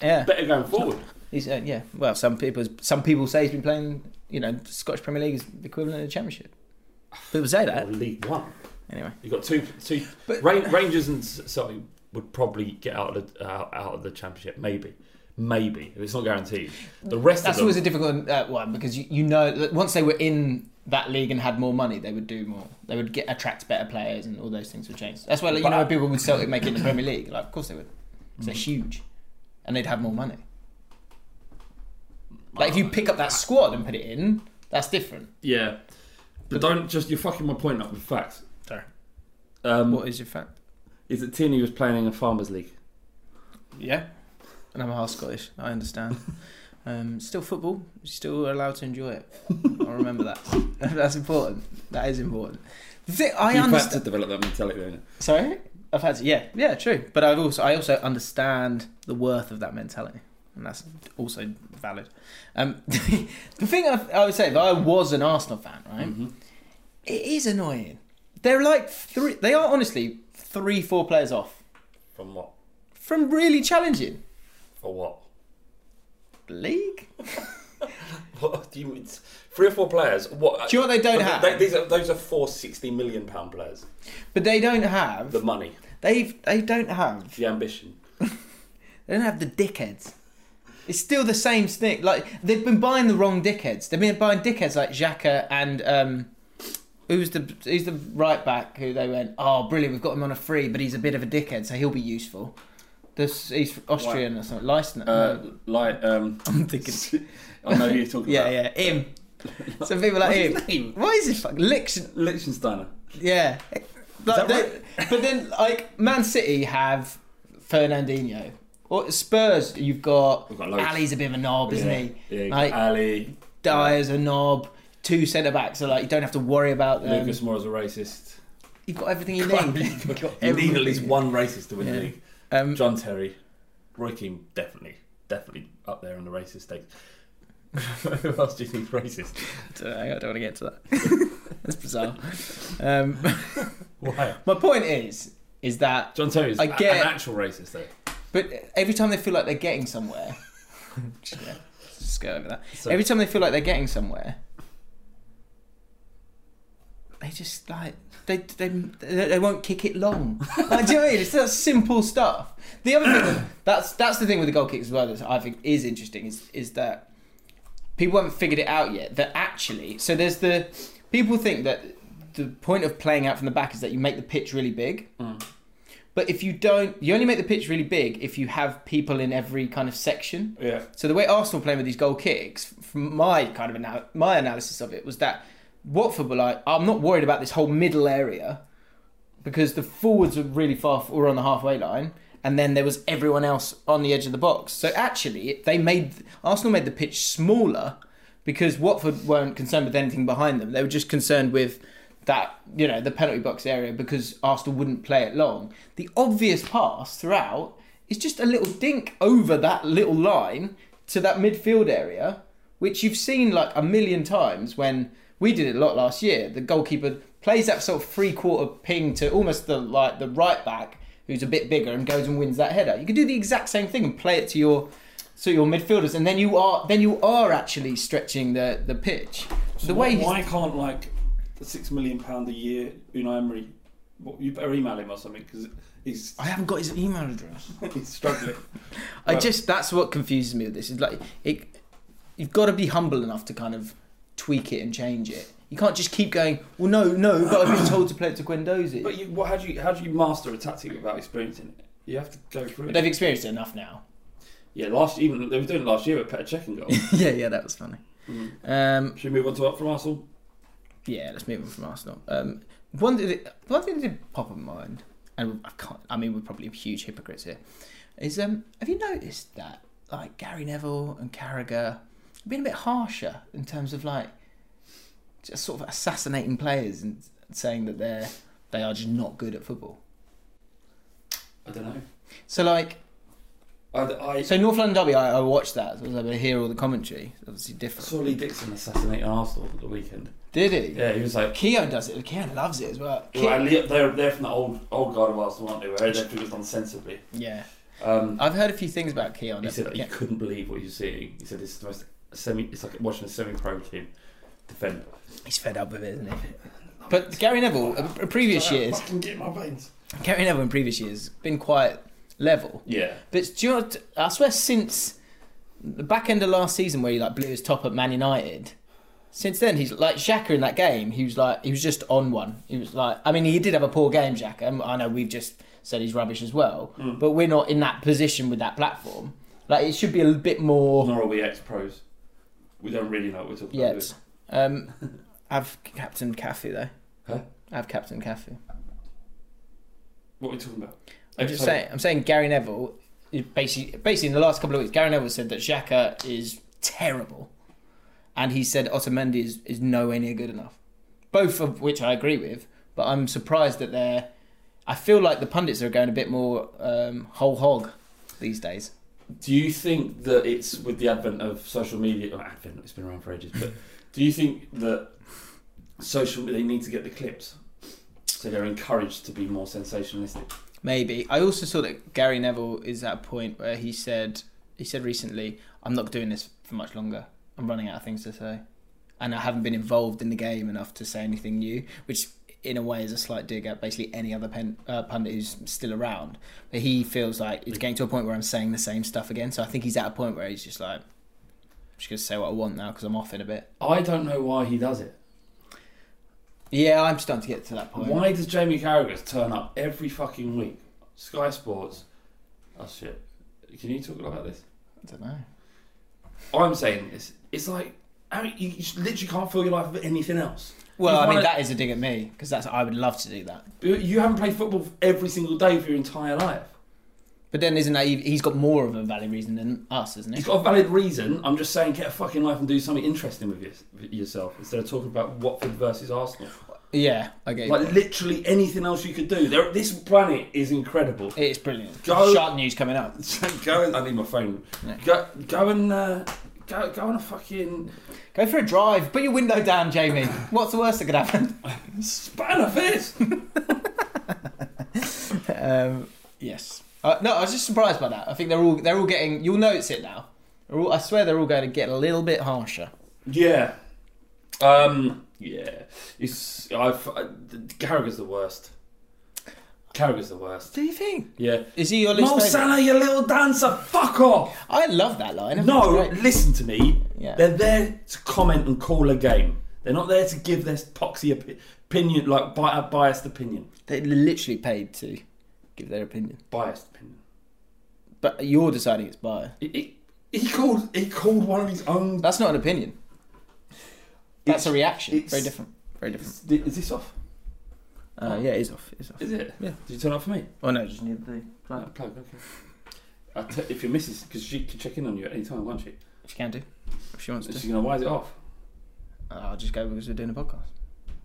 Speaker 1: yeah.
Speaker 2: Better going forward.
Speaker 1: He's uh, yeah. Well, some people some people say he's been playing. You know, Scottish Premier League is the equivalent of the Championship. People say
Speaker 2: Or
Speaker 1: that
Speaker 2: League One.
Speaker 1: anyway.
Speaker 2: You've got two two Ran- Rangers and S- Surrey would probably get out of the, out, out of the championship. Maybe, maybe it's not guaranteed. The rest
Speaker 1: That's
Speaker 2: of
Speaker 1: always
Speaker 2: them,
Speaker 1: a difficult uh, one because you, you know that once they were in that league and had more money, they would do more. They would get attract better players, and all those things would change. That's why like, you know people would Celtic make it in the Premier League. Like, of course they would. 'Cause
Speaker 2: Mm.
Speaker 1: They're huge, and they'd have more money. Like if you pick up that squad and put it in, that's different.
Speaker 2: yeah. But don't just you're fucking my point up with facts.
Speaker 1: Sorry.
Speaker 2: Um,
Speaker 1: What is your fact?
Speaker 2: is that Tierney was playing in a farmers league?
Speaker 1: Yeah. And I'm half Scottish. I understand. Um, still football. You're still allowed to enjoy it. I remember that. That's important. That is important. The thing, I
Speaker 2: You've had
Speaker 1: understand.
Speaker 2: to develop that mentality. haven't you?
Speaker 1: Sorry, I've had to, yeah, yeah, true. But I've also I also understand the worth of that mentality, and that's also valid. Um, the thing I, I would say, if I was an Arsenal fan, right,
Speaker 2: Mm-hmm.
Speaker 1: it is annoying. They're like three. They are honestly three, four players off
Speaker 2: From what?
Speaker 1: from really challenging
Speaker 2: For what?
Speaker 1: the league.
Speaker 2: What do you mean? It's Three or four players. What?
Speaker 1: Do you know what they don't
Speaker 2: But
Speaker 1: have?
Speaker 2: they- these are, those are four sixty million pound players.
Speaker 1: But they don't have
Speaker 2: The money,
Speaker 1: they've they don't have
Speaker 2: the ambition.
Speaker 1: they don't have the dickheads. It's still the same thing. Like they've been buying the wrong dickheads. They've been buying dickheads like Xhaka and um, who's the who's the right back who they went oh brilliant we've got him on a free but he's a bit of a dickhead so he'll be useful. This he's Austrian or something. Leisner.
Speaker 2: Uh, like um,
Speaker 1: I'm thinking.
Speaker 2: I know who you're talking
Speaker 1: yeah,
Speaker 2: about.
Speaker 1: yeah, him. Some people like him.
Speaker 2: uh, What's his name?
Speaker 1: Why is his fuck? Lichten,
Speaker 2: Liechtensteiner.
Speaker 1: Yeah. Like, they- but then, like, Man City have Fernandinho. Or Spurs, you've got,
Speaker 2: We've got loads.
Speaker 1: Ali's a bit of a knob, isn't he?
Speaker 2: Yeah,
Speaker 1: like,
Speaker 2: Ali,
Speaker 1: Dyer's a knob. Two centre backs are like you don't have to worry about them.
Speaker 2: Lucas Moore is a racist.
Speaker 1: You've got everything you need. You've got
Speaker 2: You need at
Speaker 1: everything.
Speaker 2: least one racist to win the league.
Speaker 1: Um,
Speaker 2: John Terry, Roy Keane, definitely, definitely up there on the racist stakes. Who else do you think racist?
Speaker 1: I don't know, I don't want to get to that. That's bizarre. Um,
Speaker 2: Why?
Speaker 1: my point is, is that
Speaker 2: John Terry is
Speaker 1: I
Speaker 2: a-
Speaker 1: get-
Speaker 2: an actual racist though.
Speaker 1: But every time they feel like they're getting somewhere, yeah, let's just go over that. every time they feel like they're getting somewhere, they just like they they they they won't kick it long. like, do you know what I mean? It's that simple stuff. The other thing that's that's the thing with the goal kicks as well that I think is interesting is is that people haven't figured it out yet that actually so there's the people think that the point of playing out from the back is that you make the pitch really big. But if you don't, you only make the pitch really big if you have people in every kind of section.
Speaker 2: Yeah.
Speaker 1: So the way Arsenal were playing with these goal kicks, from my kind of anal- my analysis of it was that Watford were like, I'm not worried about this whole middle area because the forwards were really far were on the halfway line, and then there was everyone else on the edge of the box. So actually, they made Arsenal made the pitch smaller because Watford weren't concerned with anything behind them. They were just concerned with that you know the penalty box area because Arsenal wouldn't play it long. The obvious pass throughout is just a little dink over that little line to that midfield area which you've seen like a million times when we did it a lot last year. The goalkeeper plays that sort of three quarter ping to almost the like the right back who's a bit bigger and goes and wins that header. You can do the exact same thing and play it to your so your midfielders and then you are then you are actually stretching the the pitch. the way he's-
Speaker 2: why can't like the six million pound a year Unai Emery? Well, you better email him or something because he's
Speaker 1: I haven't got his email address.
Speaker 2: he's struggling.
Speaker 1: I just that's what confuses me with this. Is like it, you've got to be humble enough to kind of tweak it and change it. You can't just keep going. Well, no, no, but I've been told to play it to Guendouzi.
Speaker 2: But you, what, how do you how do you master a tactic without experiencing it? You have to go through
Speaker 1: But
Speaker 2: it.
Speaker 1: they've experienced it enough now.
Speaker 2: yeah, last even they were doing it last year with Petr Cech goal.
Speaker 1: yeah, yeah, that was funny. Um,
Speaker 2: Should we move on to up from Arsenal?
Speaker 1: yeah, let's move on from Arsenal. Um, one, thing that- one thing that did pop in my mind, and I can't. I mean, we're probably huge hypocrites here. Is um, have you noticed that like Gary Neville and Carragher have been a bit harsher in terms of like just sort of assassinating players and saying that they're they are just not good at football.
Speaker 2: I don't know.
Speaker 1: So like,
Speaker 2: I, I
Speaker 1: so North London Derby, I, I watched that. So I was able to hear all the commentary. It's obviously different.
Speaker 2: saw Lee Dixon assassinate Arsenal at the weekend.
Speaker 1: Did he?
Speaker 2: Yeah, he was like.
Speaker 1: Keon does it. Keon loves it as well. Keon-
Speaker 2: Well, Lee- they're, they're from the old old guard of Arsenal, aren't they? Where everything was done sensibly.
Speaker 1: yeah.
Speaker 2: Um,
Speaker 1: I've heard a few things about Keon.
Speaker 2: He said that he
Speaker 1: Yeah.
Speaker 2: couldn't believe what you're seeing. He said this is the most semi. It's like watching a semi-pro team defend.
Speaker 1: He's fed up with it, isn't he? But Gary Neville, uh, in previous years,
Speaker 2: Fucking get my veins.
Speaker 1: Gary Neville in previous years been quite level.
Speaker 2: Yeah.
Speaker 1: But do you know, what- I swear since the back end of last season where he like blew his top at Man United, since then he's like Xhaka in that game. He was like he was just on one. He was like I mean he did have a poor game, Xhaka. and I know we've just said he's rubbish as well, but we're not in that position with that platform. Like it should be a little bit more.
Speaker 2: Nor are we ex-pros. We don't really know what we're talking about. do
Speaker 1: Yet. Um, have Captain Caffey though.
Speaker 2: we? Huh?
Speaker 1: Have Captain Caffey.
Speaker 2: What are we talking about?
Speaker 1: I'm just saying. I'm saying Gary Neville. is Basically, basically, in the last couple of weeks, Gary Neville said that Xhaka is terrible, and he said Otamendi is, is nowhere near good enough. Both of which I agree with, but I'm surprised that they're. I feel like the pundits are going a bit more um, whole hog these days.
Speaker 2: Do you think that it's with the advent of social media? Or advent. It's been around for ages. But do you think that social they need to get the clips, so they're encouraged to be more sensationalistic?
Speaker 1: Maybe I also saw that Gary Neville is at a point where he said he said recently, "I'm not doing this for much longer. I'm running out of things to say, and I haven't been involved in the game enough to say anything new." Which, in a way, is a slight dig at basically any other pen, uh, pundit who's still around. But he feels like it's getting to a point where I'm saying the same stuff again. So I think he's at a point where he's just like, "I'm just gonna say what I want now because I'm off in a bit."
Speaker 2: I don't know why he does it.
Speaker 1: Yeah, I'm starting to get to that point.
Speaker 2: Why does Jamie Carragher turn up every fucking week? Sky Sports. Oh shit. Can you talk about this?
Speaker 1: I don't know.
Speaker 2: I'm saying this. It's like I mean, you, you just literally can't fill your life with anything else.
Speaker 1: Well,
Speaker 2: You've
Speaker 1: I mean,
Speaker 2: won a-
Speaker 1: that is a dig at me because that's I would love to do that.
Speaker 2: you- you haven't played football every single day for your entire life.
Speaker 1: But then isn't that he- he's got more of a valid reason than us, isn't he?
Speaker 2: You've got a valid reason. I'm just saying, get a fucking life and do something interesting with, your, with yourself instead of talking about Watford versus Arsenal.
Speaker 1: Yeah, I get
Speaker 2: Like
Speaker 1: it.
Speaker 2: literally anything else you could do. There, this planet is incredible.
Speaker 1: It's brilliant.
Speaker 2: Go-
Speaker 1: Shark news coming up.
Speaker 2: go and I need my phone. Go, go and uh, go, go on a fucking
Speaker 1: Go for a drive. Put your window down, Jamie. What's the worst that could happen?
Speaker 2: span of fist.
Speaker 1: Um, yes. Uh, no, I was just surprised by that. I think they're all they're all getting. You'll notice it now. They're all- I swear they're all going to get a little bit harsher.
Speaker 2: yeah. Um, Yeah, it's I've I, Carragher's the worst. Carragher's the worst.
Speaker 1: Do you think?
Speaker 2: Yeah,
Speaker 1: Is he your least
Speaker 2: Mo
Speaker 1: favourite?
Speaker 2: Salah, you little dancer, fuck off.
Speaker 1: I love that line. I think
Speaker 2: No,
Speaker 1: it's great.
Speaker 2: listen to me.
Speaker 1: Yeah.
Speaker 2: They're there to comment and call a game. They're not there to give their poxy opi- opinion, like bi- a biased opinion.
Speaker 1: They're literally paid to give their opinion,
Speaker 2: Biased opinion.
Speaker 1: but you're deciding it's bias.
Speaker 2: He, he he called. He called one of his own.
Speaker 1: That's not an opinion. That's
Speaker 2: It's-
Speaker 1: a reaction.
Speaker 2: it's-
Speaker 1: Very different. Very different.
Speaker 2: Is, is this off?
Speaker 1: Uh, yeah, it is off. It is off.
Speaker 2: Is it?
Speaker 1: Yeah.
Speaker 2: Did you turn up for me?
Speaker 1: Oh no, just need the
Speaker 2: No, plug. Okay. I t- if your missus, because she can check in on you at any time, won't she?
Speaker 1: She can do if she wants to. Uh,
Speaker 2: She's gonna. Why is it off?
Speaker 1: I'll just go because we're doing a podcast.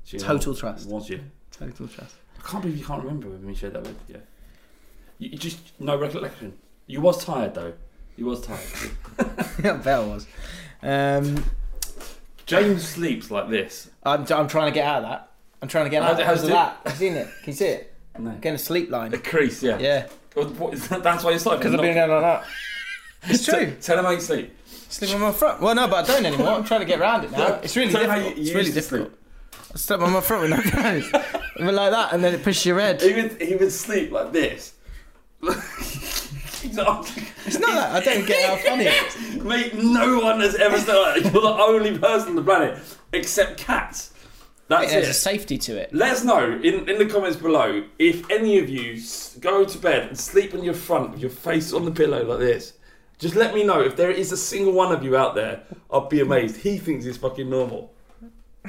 Speaker 2: She
Speaker 1: Total trust.
Speaker 2: Wants you.
Speaker 1: Total trust.
Speaker 2: I can't believe you can't remember when we shared that with you. You, you just no recollection. You was tired though. You was tired.
Speaker 1: Yeah, Bell was. Um,
Speaker 2: James sleeps like this.
Speaker 1: I'm, I'm trying to get out of that. I'm trying to get out of that.
Speaker 2: How's
Speaker 1: How's that? Have you seen it? Can you see it?
Speaker 2: No.
Speaker 1: Getting a sleep
Speaker 2: The
Speaker 1: line.
Speaker 2: crease, yeah.
Speaker 1: Yeah.
Speaker 2: What- what is that- That's why you slept.
Speaker 1: Because I've been down like that. It's true.
Speaker 2: Tell him how you sleep.
Speaker 1: Sleep on my front. Well, no, but I don't anymore. I'm trying to get around it now. It's really
Speaker 2: Tell him how
Speaker 1: difficult.
Speaker 2: you- you
Speaker 1: it's really
Speaker 2: used to
Speaker 1: difficult. I slept on my front with no clothes. But like that, and then it pushes your head.
Speaker 2: He would he would sleep like this. He's not-
Speaker 1: It's not that. I don't get how funny it is.
Speaker 2: Mate, no one has ever said like that. You're the only person on the planet except cats. That's
Speaker 1: There's
Speaker 2: it.
Speaker 1: a safety to it.
Speaker 2: Let us know in, in the comments below if any of you s- go to bed and sleep on your front with your face on the pillow like this. Just let me know if there is a single one of you out there. I'd be amazed. He thinks it's fucking normal.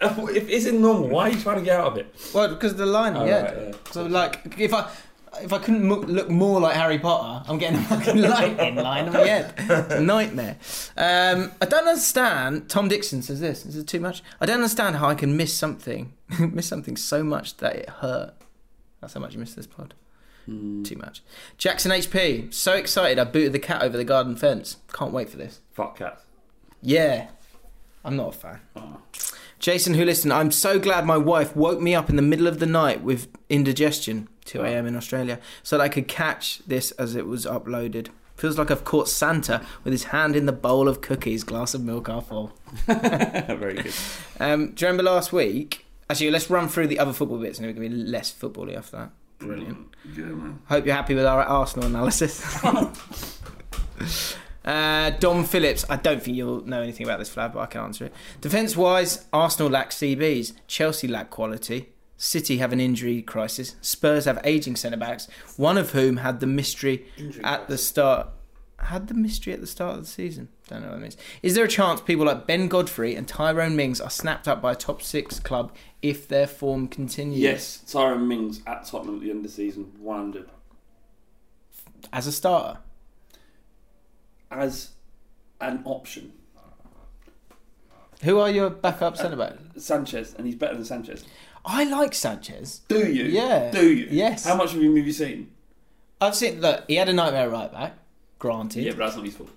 Speaker 2: if it's normal, why are you trying to get out of it?
Speaker 1: Well, because of the line,
Speaker 2: Oh,
Speaker 1: yeah.
Speaker 2: right, yeah.
Speaker 1: So like, if I if I couldn't mo- look more like Harry Potter, I'm getting a fucking lightning line on my head. It's a nightmare. Um, I don't understand. Tom Dixon says this. This is too much. I don't understand how I can miss something, miss something so much that it hurt. That's how much you miss this pod.
Speaker 2: Hmm.
Speaker 1: Too much. Jackson HP. So excited! I booted the cat over the garden fence. Can't wait for this.
Speaker 2: Fuck cats.
Speaker 1: Yeah. I'm not a fan. Jason who listened, I'm so glad my wife woke me up in the middle of the night with indigestion, 2 a.m. in Australia, so that I could catch this as it was uploaded. Feels like I've caught Santa with his hand in the bowl of cookies, glass of milk half full.
Speaker 2: Very good.
Speaker 1: Um, do you remember last week? Actually, let's run through the other football bits and we're going to be less footbally after that. Brilliant. Hope you're happy with our Arsenal analysis. Uh, Dom Phillips, I don't think you'll know anything about this flag, but I can answer it. Defence wise, Arsenal lack CBs, Chelsea lack quality, City have an injury crisis, Spurs have ageing centre backs, one of whom had the mystery at the start. Had the mystery at the start of the season. Don't know what that means. Is there a chance people like Ben Godfrey and Tyrone Mings are snapped up by a top six club if their form continues?
Speaker 2: Yes, Tyron Mings at Tottenham at the end of the season, 100.
Speaker 1: As a starter.
Speaker 2: As an option.
Speaker 1: Who are your backup centre back?
Speaker 2: uh, Sanchez, and he's better than Sanchez.
Speaker 1: I like Sanchez.
Speaker 2: Do you?
Speaker 1: Yeah.
Speaker 2: Do you?
Speaker 1: Yes.
Speaker 2: How much of him have you seen?
Speaker 1: I've seen. Look, he had a nightmare right back, granted.
Speaker 2: Yeah, but that's not his fault.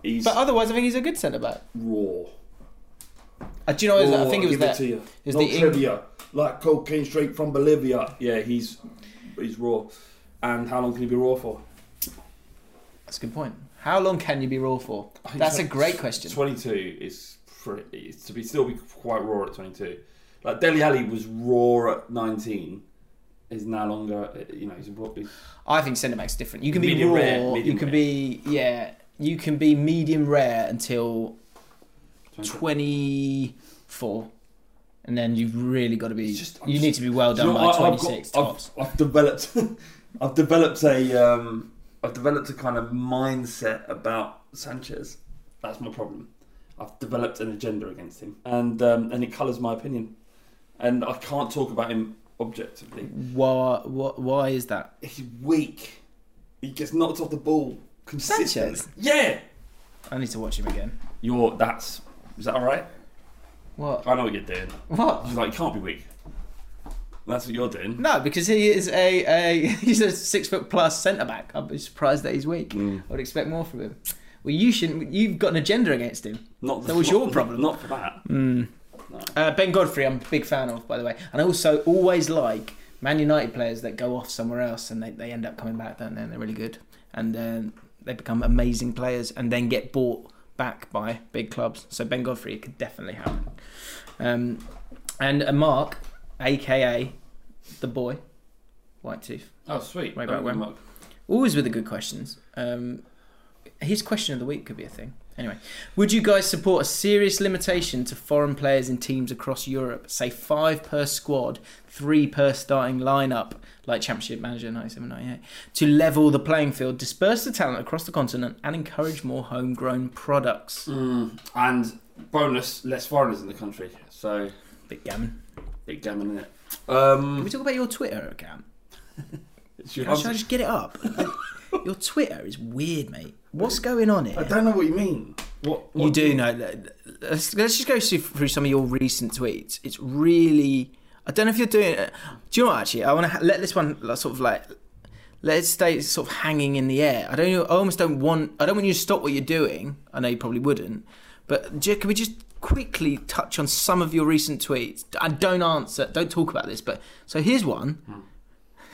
Speaker 2: He's
Speaker 1: But otherwise, I think he's a good centre back.
Speaker 2: raw.
Speaker 1: Uh, do you know? what it was? I
Speaker 2: Or
Speaker 1: think it was
Speaker 2: Oh, give
Speaker 1: that.
Speaker 2: to you.
Speaker 1: it was
Speaker 2: Not
Speaker 1: the Eng-
Speaker 2: trivia. Like cocaine straight from Bolivia. Yeah, he's he's raw. And how long can he be raw for?
Speaker 1: That's a good point. How long can you be raw for? That's a great question.
Speaker 2: Twenty-two is pretty, it's to be still be quite raw at twenty-two. Like Deli Ali was raw at nineteen. Is now longer. You know, he's, raw- he's
Speaker 1: I think centre back's different. You can be
Speaker 2: Medium
Speaker 1: raw.
Speaker 2: rare,
Speaker 1: you
Speaker 2: medium
Speaker 1: can
Speaker 2: rare.
Speaker 1: be yeah. You can be medium rare until twenty-four, and then you've really got to be.
Speaker 2: It's just- I'm
Speaker 1: you
Speaker 2: just-
Speaker 1: need to be well
Speaker 2: Do you
Speaker 1: done
Speaker 2: know
Speaker 1: by
Speaker 2: what? I- I've
Speaker 1: twenty-six
Speaker 2: got- I've-
Speaker 1: tops.
Speaker 2: I've, developed, I've developed a, um, I've developed a kind of mindset about Sanchez. That's my problem. I've developed an agenda against him, and um, and it colours my opinion, and I can't talk about him objectively.
Speaker 1: Why, why? Why is that?
Speaker 2: He's weak. He gets knocked off the ball consistently.
Speaker 1: Sanchez?
Speaker 2: Yeah.
Speaker 1: I need to watch him again.
Speaker 2: You're that's is that all right?
Speaker 1: What?
Speaker 2: I know what you're doing.
Speaker 1: What?
Speaker 2: You're like you can't be weak. That's what you're doing.
Speaker 1: No, because he is a, a he's a six foot plus centre back. I'd be surprised that he's weak.
Speaker 2: Mm.
Speaker 1: I would expect more from him. Well, you shouldn't. You've got an agenda against him.
Speaker 2: Not
Speaker 1: that was
Speaker 2: not-
Speaker 1: your
Speaker 2: not-
Speaker 1: problem.
Speaker 2: Not for that.
Speaker 1: Uh, ben Godfrey, I'm a big fan of, by the way, and I also always like Man United players that go off somewhere else and they, they end up coming back, don't they? And they're really good, and um, they become amazing players, and then get bought back by big clubs. So Ben Godfrey could definitely happen. Um, and a Mark, aka the boy, White Tooth,
Speaker 2: Oh, sweet.
Speaker 1: Way
Speaker 2: Don't
Speaker 1: back
Speaker 2: give
Speaker 1: when.
Speaker 2: up.
Speaker 1: always with the good questions. Um, his question of the week could be a thing. Anyway, would you guys support a serious limitation to foreign players in teams across Europe? Say five per squad, three per starting lineup, like Championship Manager 97 98, to level the playing field, disperse the talent across the continent, and encourage more homegrown products.
Speaker 2: And bonus, less foreigners in the country. So,
Speaker 1: Bit gammon.
Speaker 2: big gammon in it.
Speaker 1: Can
Speaker 2: Um,
Speaker 1: we talk about your Twitter account?
Speaker 2: should
Speaker 1: How should I just get it up? your Twitter is weird, mate. What's going on here?
Speaker 2: I don't know what you mean. What,
Speaker 1: You
Speaker 2: what-
Speaker 1: do know. that- Let's, let's just go through, through some of your recent tweets. It's really. I don't know if you're doing. it- Do you know what? Actually, I want to ha- let this one like, sort of like let it stay sort of hanging in the air. I don't. know- I almost don't want. I don't want you to stop what you're doing. I know you probably wouldn't. But ju- can we just quickly touch on some of your recent tweets? And don't answer. Don't talk about this. But so here's one.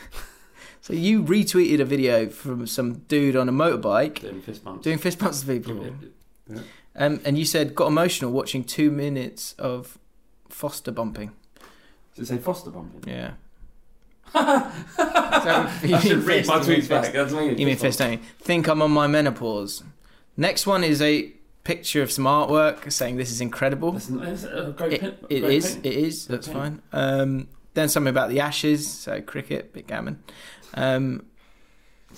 Speaker 1: so you retweeted a video from some dude on a motorbike
Speaker 2: Doing fist bumps.
Speaker 1: doing fist bumps to people. Um, and you said got emotional watching two minutes of Foster bumping.
Speaker 2: Does it say foster bumping?
Speaker 1: Yeah.
Speaker 2: I should read my tweets back. That's what
Speaker 1: You mean fist, don't you? Think I'm on my menopause. Next one is a picture of some artwork saying this is incredible.
Speaker 2: That's, that's a great
Speaker 1: It,
Speaker 2: pin,
Speaker 1: it
Speaker 2: great
Speaker 1: is.
Speaker 2: pin.
Speaker 1: It is. That's
Speaker 2: Okay.
Speaker 1: fine. Um, then something about the Ashes. So cricket, bit gammon. Um,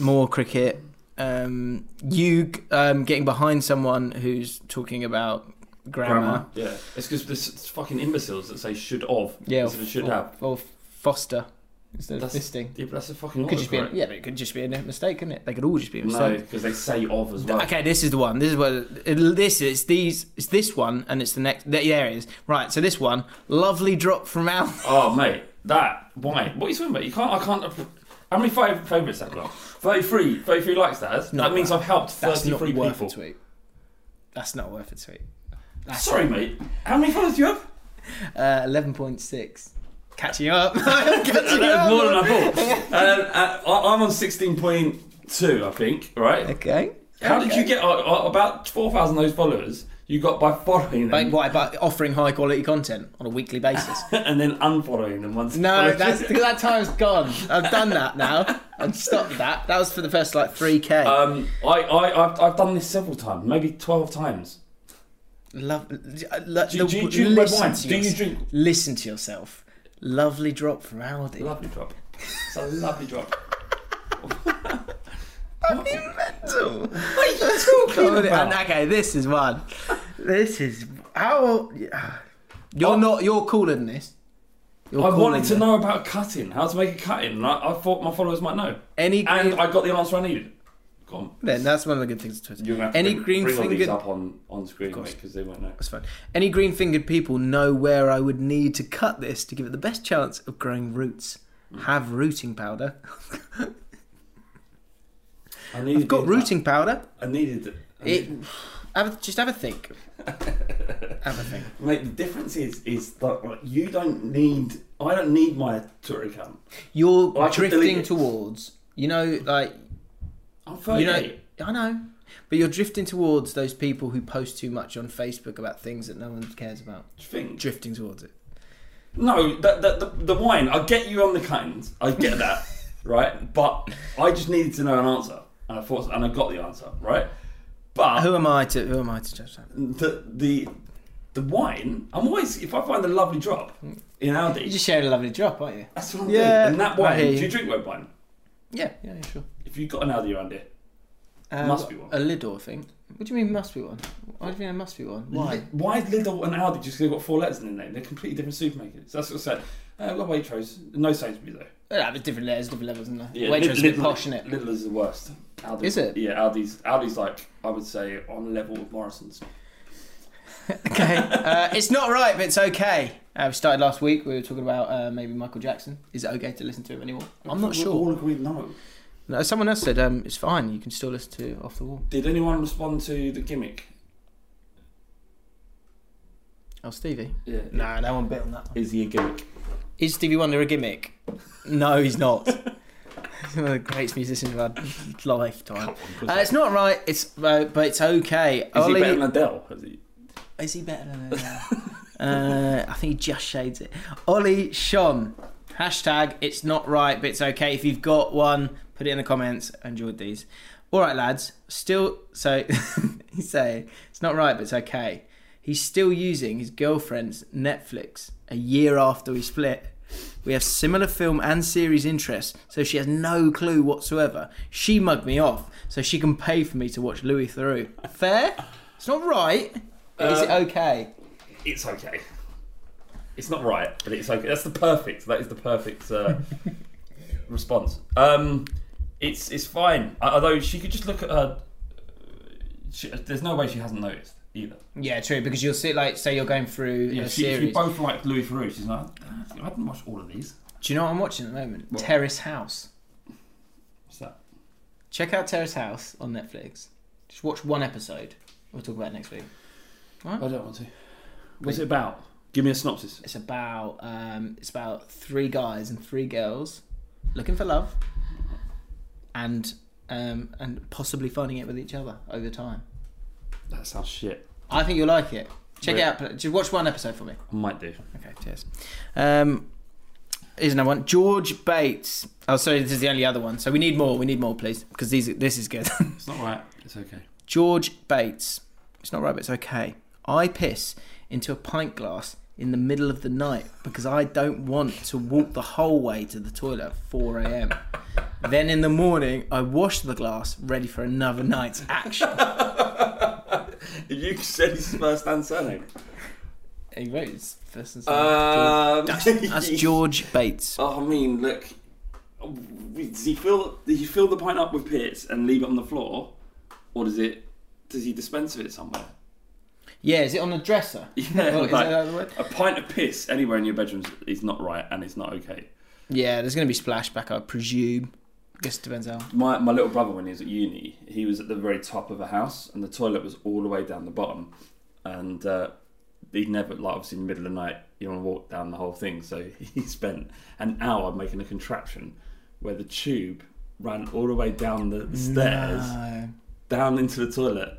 Speaker 1: more cricket. Um, you um, getting behind someone who's talking about grammar.
Speaker 2: Grammar. Yeah. It's because there's s- fucking imbeciles that say should of
Speaker 1: Yeah,
Speaker 2: instead of should
Speaker 1: or,
Speaker 2: have.
Speaker 1: or Foster instead
Speaker 2: That's,
Speaker 1: of fisting.
Speaker 2: yeah, but that's a fucking
Speaker 1: Could just be.
Speaker 2: autocorrect.
Speaker 1: yeah, but it could just be a mistake, couldn't it? They could all just be a
Speaker 2: No,
Speaker 1: mistake.
Speaker 2: because they say of as well.
Speaker 1: Okay, this is the one. This is what this is. These it's this one, and it's the next. There it is. Right, so this one, lovely drop from Al.
Speaker 2: Oh, mate, that why? What are you talking about? You can't. I can't. How many five favourites have got? 33. 33 likes that. That's-
Speaker 1: not
Speaker 2: that means
Speaker 1: bad.
Speaker 2: I've helped
Speaker 1: That's not
Speaker 2: 33
Speaker 1: worth a
Speaker 2: people.
Speaker 1: tweet. That's not worth a tweet.
Speaker 2: Sorry, mate. How many followers do you have?
Speaker 1: Uh, Eleven point six. Catching up. Catching
Speaker 2: That's Uh, more than
Speaker 1: up.
Speaker 2: I thought. um, uh, I- I'm on 16.2, I think. Right.
Speaker 1: Okay.
Speaker 2: How did you get uh, uh, about 4,000 of those followers? You got by following them
Speaker 1: Like, what about offering high quality content on a weekly basis?
Speaker 2: and then unfollowing them once.
Speaker 1: No, that's that time's gone. I've done that now. I've stopped that. That was for the first like three k.
Speaker 2: Um, I, I, I've, I've done this several times, maybe 12 times.
Speaker 1: Love. Do,
Speaker 2: do you drink red wine? Do you drink-
Speaker 1: Listen to yourself. Lovely drop from Aldi.
Speaker 2: Lovely drop. It's a lovely drop.
Speaker 1: mental. What are you talking about? okay, this is one. This is how you're not. You're cooler than this. You're
Speaker 2: Oh. I
Speaker 1: cooler
Speaker 2: wanted to
Speaker 1: than-
Speaker 2: know about cutting, how to make a cutting, and I, I thought my followers might know.
Speaker 1: Any-
Speaker 2: and I got the answer I needed. Go on.
Speaker 1: Then that's one of the good things to
Speaker 2: You're gonna
Speaker 1: Twitter.
Speaker 2: have to
Speaker 1: Any
Speaker 2: bring,
Speaker 1: green
Speaker 2: bring all these
Speaker 1: fingered.
Speaker 2: up on, on screen because they won't know.
Speaker 1: That's fine. Any green fingered people know where I would need to cut this to give it the best chance of growing roots. Have rooting powder.
Speaker 2: I needed
Speaker 1: I've got
Speaker 2: that.
Speaker 1: rooting powder.
Speaker 2: I needed it. I
Speaker 1: It,
Speaker 2: needed-
Speaker 1: have a, just have a think. have a think.
Speaker 2: Mate, the difference is is that like, you don't need. I don't need my Twitter account.
Speaker 1: You're
Speaker 2: I could delete
Speaker 1: drifting
Speaker 2: it.
Speaker 1: towards, you know, like
Speaker 2: I'm
Speaker 1: you
Speaker 2: 38.
Speaker 1: know, I know, but you're drifting towards those people who post too much on Facebook about things that no one cares about.
Speaker 2: Do you think?
Speaker 1: Drifting towards it.
Speaker 2: No, the, the, the, the wine. I get you on the cuttings. I get that, right? But I just needed to know an answer, and I thought, and I got the answer, right? But
Speaker 1: Who am I to? Who am I to judge that?
Speaker 2: the the the wine. I'm always if I find a lovely drop in Aldi.
Speaker 1: You just shared a lovely drop, aren't you?
Speaker 2: that's what I'm
Speaker 1: Yeah,
Speaker 2: doing. And that
Speaker 1: I
Speaker 2: wine.
Speaker 1: hear
Speaker 2: Do
Speaker 1: you.
Speaker 2: you drink red wine?
Speaker 1: Yeah, yeah, yeah, sure.
Speaker 2: If you've got an Aldi around here,
Speaker 1: Uh,
Speaker 2: Must be one.
Speaker 1: A Lidor thing. What do you mean must be one? I don't think there must be one. Why?
Speaker 2: why is Lidl and Aldi just 'cause they've got four letters in their name? They're completely different supermarkets. That's what I said. Uh, well, Waitrose, no Sainsbury's though.
Speaker 1: They have different layers, different levels, isn't there?
Speaker 2: Yeah,
Speaker 1: Waitrose is a bit
Speaker 2: Lidl-
Speaker 1: posh, isn't it?
Speaker 2: Lidl is the worst. Aldi,
Speaker 1: Is it?
Speaker 2: Yeah, Aldi's Aldi's like I would say on level with Morrison's.
Speaker 1: Okay. Uh, it's not right, but it's okay. Uh, we started last week. We were talking about uh, maybe Michael Jackson. Is it okay to listen to him anymore? I'm not
Speaker 2: We all
Speaker 1: sure.
Speaker 2: agreed no.
Speaker 1: No, someone else said um, it's fine. You can still listen to Off the Wall.
Speaker 2: Did anyone respond to the gimmick?
Speaker 1: Oh, Stevie.
Speaker 2: Yeah.
Speaker 1: Nah, no one bit on that one.
Speaker 2: Is he a gimmick?
Speaker 1: Is Stevie Wonder a gimmick? No, he's not. one of the greatest musicians of our lifetime. Uh, it's not right. It's uh, but it's okay.
Speaker 2: Is he better than Adele? Is he?
Speaker 1: Is he better than Adele? uh, I think he just shades it. Ollie Sean. Hashtag it's not right, but it's okay. If you've got one, put it in the comments. I enjoyed these. All right, lads. Still, so he's saying it's not right, but it's okay. He's still using his girlfriend's Netflix a year after we split. We have similar film and series interests, so she has no clue whatsoever. She mugged me off, so she can pay for me to watch Louis through. Fair? It's not right. But is it okay?
Speaker 2: It's okay. It's not right, but it's okay. That's the perfect. That is the perfect uh, response. Um, it's it's fine. Uh, Although she could just look at her. She, there's no way she hasn't noticed either.
Speaker 1: Yeah, true. Because you'll see, like, say you're going through
Speaker 2: Yeah,
Speaker 1: a
Speaker 2: she, if
Speaker 1: series.
Speaker 2: you both like Louis Theroux, she's like, "Ah, I haven't watched all of these.
Speaker 1: Do you know what I'm watching at the moment? Terrace House.
Speaker 2: What's that?
Speaker 1: Check out Terrace House on Netflix. Just watch one episode. We'll talk about it next week.
Speaker 2: I don't want to. What's it about? Give me a synopsis.
Speaker 1: It's about um, it's about three guys and three girls looking for love, and um, and possibly finding it with each other over time.
Speaker 2: That sounds shit.
Speaker 1: I think you'll like it. Check it out. Just watch one episode for me.
Speaker 2: I might do.
Speaker 1: Okay, cheers. Um, here's another one. George Bates. Oh, sorry, this is the only other one. So we need more. We need more, please, because these this is good.
Speaker 2: It's not right. It's okay.
Speaker 1: George Bates. It's not right, but it's okay. I piss into a pint glass in the middle of the night because I don't want to walk the whole way to the toilet at 4 a.m. Then in the morning, I wash the glass, ready for another night's action.
Speaker 2: You said his first and surname.
Speaker 1: he wrote his first and
Speaker 2: Um,
Speaker 1: That's, that's George Bates.
Speaker 2: Oh, I mean, look. Does he fill? Does he fill the pint up with piss and leave it on the floor, or does it? Does he dispense of it somewhere?
Speaker 1: Yeah, is it on the dresser?
Speaker 2: Yeah,
Speaker 1: Or is
Speaker 2: like,
Speaker 1: that the word?
Speaker 2: a pint of piss anywhere in your bedroom is not right and it's not okay.
Speaker 1: Yeah, there's going to be splashback, I presume. guess it depends how.
Speaker 2: My my little brother when he was at uni, he was at the very top of a house and the toilet was all the way down the bottom, and uh, he never like obviously in the middle of the night you want to walk down the whole thing, so he spent an hour making a contraption where the tube ran all the way down the stairs down into the toilet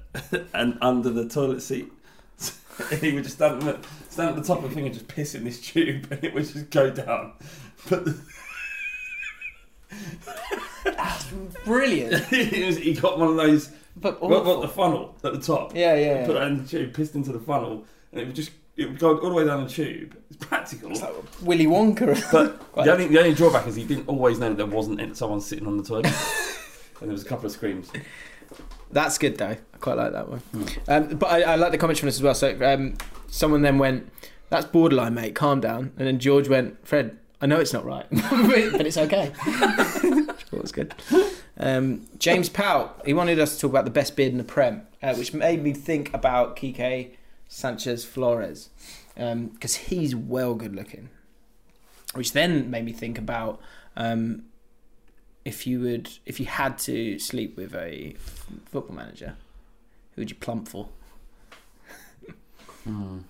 Speaker 2: and under the toilet seat. he would just stand at, the, stand at the top of the thing and just piss in this tube, and it would just go down. But the,
Speaker 1: Brilliant.
Speaker 2: it was- he got one of those.
Speaker 1: But
Speaker 2: what,
Speaker 1: awful.
Speaker 2: what the funnel at the top?
Speaker 1: Yeah, yeah,
Speaker 2: He Put
Speaker 1: yeah.
Speaker 2: it in the tube, pissed into the funnel, and it would just it would go all the way down the tube. It's practical.
Speaker 1: Willy Wonka.
Speaker 2: but the only, the only drawback is he didn't always know there wasn't someone sitting on the toilet. And there was a couple of screams.
Speaker 1: That's good though. I quite like that one. Um, but I, I like the comments from this as well. So um, someone then went, "That's borderline, mate. Calm down." And then George went, "Fred, I know it's not right, but it's okay." that was good. Um, James Powell. He wanted us to talk about the best beard in the Prem, uh, which made me think about Kike Sanchez Flores because he's well good looking. Which then made me think about um, if you would, if you had to sleep with a football manager, who would you plump for?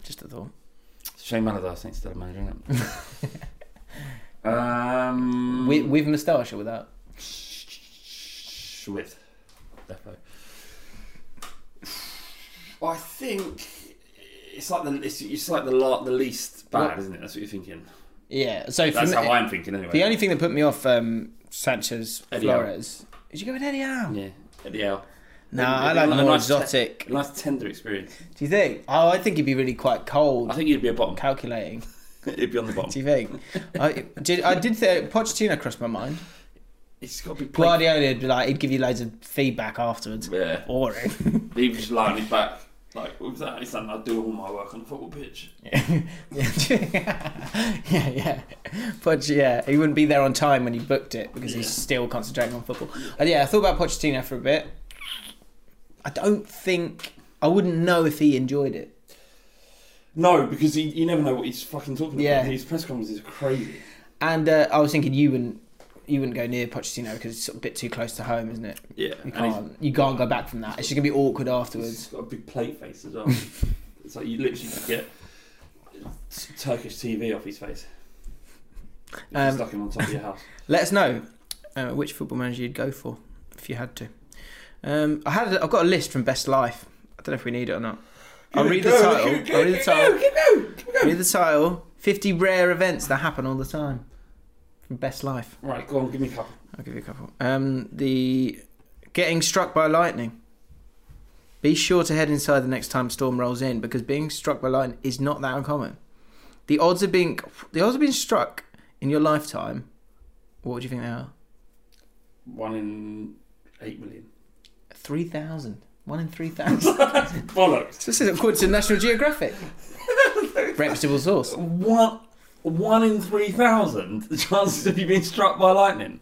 Speaker 1: Just a thought.
Speaker 2: Shane Allardyce ain't still a manager, isn't it? um,
Speaker 1: With, with moustache or without?
Speaker 2: Schwith. Defo. I think it's like the it's, it's like the la- the least bad, isn't it? That's what you're thinking.
Speaker 1: Yeah. So for
Speaker 2: That's
Speaker 1: me-
Speaker 2: how I'm thinking anyway.
Speaker 1: the only thing that put me off um, Sanchez
Speaker 2: Eddie Howe.
Speaker 1: Flores is you go with Eddie Howe.
Speaker 2: yeah, at the L.
Speaker 1: No, I like
Speaker 2: A
Speaker 1: more
Speaker 2: nice te-
Speaker 1: exotic.
Speaker 2: a nice tender experience.
Speaker 1: Do you think? Oh, I think he'd be really quite cold,
Speaker 2: I think you'd be a bottom.
Speaker 1: calculating.
Speaker 2: It'd be on the
Speaker 1: Do
Speaker 2: bottom.
Speaker 1: you think? I did. I did think Pochettino crossed my mind.
Speaker 2: It's got to be plenty.
Speaker 1: Guardiola, would be like, he'd give you loads of feedback afterwards.
Speaker 2: Yeah.
Speaker 1: Boring.
Speaker 2: He was just lying on his back. Like, what was that? He's like, I do all my work on the football pitch.
Speaker 1: yeah, yeah. But yeah, he wouldn't be there on time when he booked it because he's still concentrating on football. And yeah, I thought about Pochettino for a bit. I don't think I wouldn't know if he enjoyed it.
Speaker 2: No, because he, you never know what he's fucking talking about.
Speaker 1: Yeah.
Speaker 2: His press conferences are crazy.
Speaker 1: And uh, I was thinking you wouldn't you wouldn't go near Pochettino because it's a bit too close to home, isn't it?
Speaker 2: Yeah.
Speaker 1: You
Speaker 2: and he's-
Speaker 1: can't you can't go back from that. It's just gonna be awkward
Speaker 2: He's
Speaker 1: afterwards.
Speaker 2: got a big plate face as well. it's like you literally could get t- Turkish TV off his face. If you
Speaker 1: Um,
Speaker 2: stuck him on top of your house.
Speaker 1: Let us know uh, which football manager you'd go for if you had to. Um, I had a, I've got a list from Best Life. I don't know if we need it or not. I'll read the title. I'll read the title. Read the title. Fifty rare events that happen all the time from Best Life.
Speaker 2: Right, go on, give me a couple.
Speaker 1: I'll give you a couple. Um, the getting struck by lightning. Be sure to head inside the next time storm rolls in because being struck by lightning is not that uncommon. The odds of being the odds of being struck in your lifetime. What do you think they are?
Speaker 2: One in eight million.
Speaker 1: Three thousand. One in three thousand.
Speaker 2: Bollocks.
Speaker 1: this is according to National Geographic. Reputable source.
Speaker 2: One, one in 3,000 the chances of you being struck by lightning.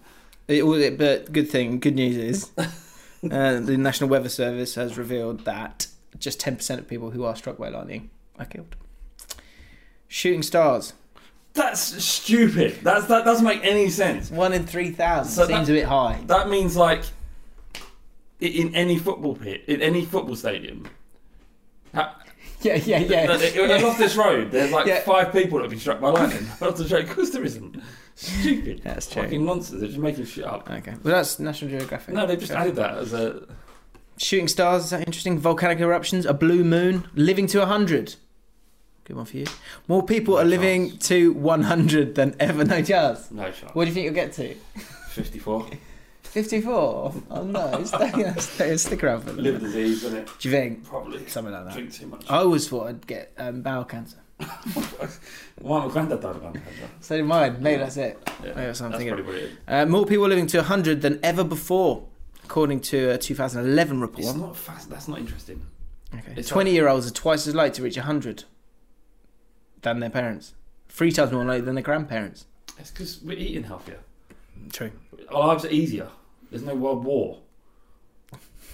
Speaker 1: It, well, it- but good thing, good news is, uh, the National Weather Service has revealed that just 10% of people who are struck by lightning are killed. Shooting stars,
Speaker 2: That's stupid. That's, that doesn't make any sense.
Speaker 1: one in 3,000
Speaker 2: So
Speaker 1: seems
Speaker 2: that-
Speaker 1: a bit high.
Speaker 2: That means, like, i- in any football pit, in any football stadium, ha-
Speaker 1: Yeah, yeah, yeah.
Speaker 2: Look, on Loftus Road, there's like
Speaker 1: Yeah.
Speaker 2: five people that have been struck by lightning. Loftus Road, of course there isn't. Stupid.
Speaker 1: That's true.
Speaker 2: Fucking nonsense. They're just making shit up.
Speaker 1: Okay, well, that's National Geographic.
Speaker 2: No, they've just added that as a.
Speaker 1: Shooting stars, is that interesting? Volcanic eruptions, a blue moon, living to 100. Good one for you. More people are living to 100 than ever. No chance.
Speaker 2: No shot.
Speaker 1: What do you think you'll get to?
Speaker 2: 54.
Speaker 1: 54? Oh no, stay, stay, stick around for a
Speaker 2: Liver
Speaker 1: little bit.
Speaker 2: disease, isn't it?
Speaker 1: Do you think?
Speaker 2: Probably.
Speaker 1: Something like that.
Speaker 2: Drink too much.
Speaker 1: I always thought I'd get um, bowel cancer.
Speaker 2: Why my granddad died of lung cancer.
Speaker 1: So did mine. Maybe that's it.
Speaker 2: Yeah,
Speaker 1: Maybe that's what I'm
Speaker 2: that's
Speaker 1: thinking.
Speaker 2: probably what it is.
Speaker 1: Uh, more people are living to 100 than ever before, according to a 2011
Speaker 2: It's
Speaker 1: report.
Speaker 2: not fast. That's not interesting.
Speaker 1: Okay.
Speaker 2: it's
Speaker 1: 20 year olds are twice as likely to reach 100 than their parents, three times more likely than their grandparents.
Speaker 2: It's because we're eating healthier.
Speaker 1: True.
Speaker 2: Our lives are easier. There's no world war.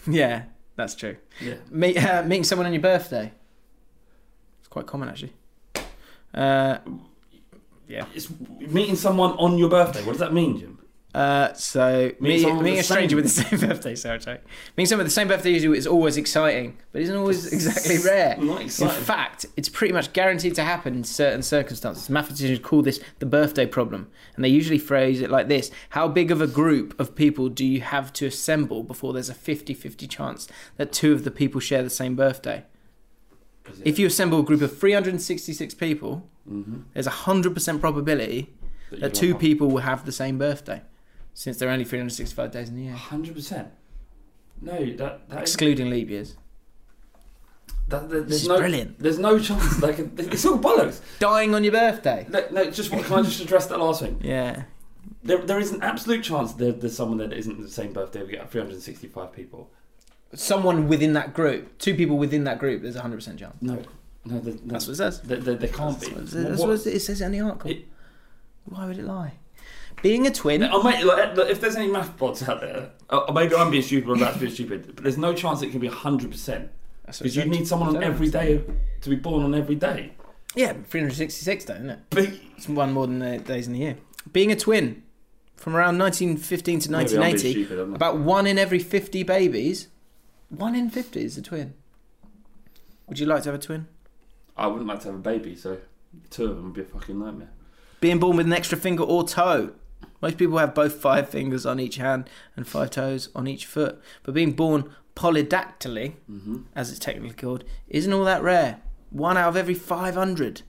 Speaker 1: Yeah, that's true.
Speaker 2: Yeah.
Speaker 1: Meet, uh, meeting someone on your birthday. It's quite common, actually. Uh,
Speaker 2: It's meeting someone on your birthday. What does that mean, Jim?
Speaker 1: Uh, so meeting,
Speaker 2: someone with
Speaker 1: meeting
Speaker 2: the
Speaker 1: a stranger
Speaker 2: same-
Speaker 1: with the same birthday, sorry, sorry. Meeting someone with the same birthday as you is always exciting, but isn't always exactly rare.
Speaker 2: Not exciting.
Speaker 1: In fact, it's pretty much guaranteed to happen in certain circumstances. Mathematicians call this the birthday problem, and they usually phrase it like this: How big of a group of people do you have to assemble before there's a 50-50 chance that two of the people share the same birthday? If you assemble a group of 366 people, there's a 100% probability that,
Speaker 2: you'll
Speaker 1: two
Speaker 2: have-
Speaker 1: people will have the same birthday since they're only 365 days in the year,
Speaker 2: Hundred percent. No, that that is
Speaker 1: excluding leap years.
Speaker 2: That,
Speaker 1: This
Speaker 2: that, there's
Speaker 1: is
Speaker 2: no,
Speaker 1: brilliant.
Speaker 2: There's no chance. They can, it's all bollocks.
Speaker 1: Dying on your birthday.
Speaker 2: No, no, just what, can I just address that last thing?
Speaker 1: Yeah.
Speaker 2: There, there is an absolute chance there, there's someone there that isn't the same birthday. We get 365 people.
Speaker 1: Someone within that group, two people within that group, there's a 100% chance.
Speaker 2: No, no, there,
Speaker 1: That's what it says.
Speaker 2: There, there, there can't
Speaker 1: That's
Speaker 2: be.
Speaker 1: what it says-
Speaker 2: What-
Speaker 1: that's
Speaker 2: what-
Speaker 1: what it says in the article.
Speaker 2: It-
Speaker 1: Why would it lie? Being a twin.
Speaker 2: Oh, mate, like, look, if there's any math bots out there, or maybe I'm being stupid or that's being stupid, but there's no chance it can be 100%.
Speaker 1: That's what it
Speaker 2: Because you
Speaker 1: said.
Speaker 2: need someone on
Speaker 1: Don't
Speaker 2: every day to be born on every day.
Speaker 1: Yeah, 366 though, isn't it?
Speaker 2: But
Speaker 1: It's one more than the days in the year. Being a twin, from around 1915 to
Speaker 2: Maybe I'm being
Speaker 1: 1980,
Speaker 2: stupid, I'm not-
Speaker 1: about one in every 50 babies, one in 50 is a twin. Would you like to have a twin?
Speaker 2: I wouldn't like to have a baby, so two of them would be a fucking nightmare.
Speaker 1: Being born with an extra finger or toe. Most people have both five fingers on each hand and five toes on each foot. But being born polydactyly,
Speaker 2: Mm-hmm.
Speaker 1: as it's technically called, isn't all that rare. One out of every 500.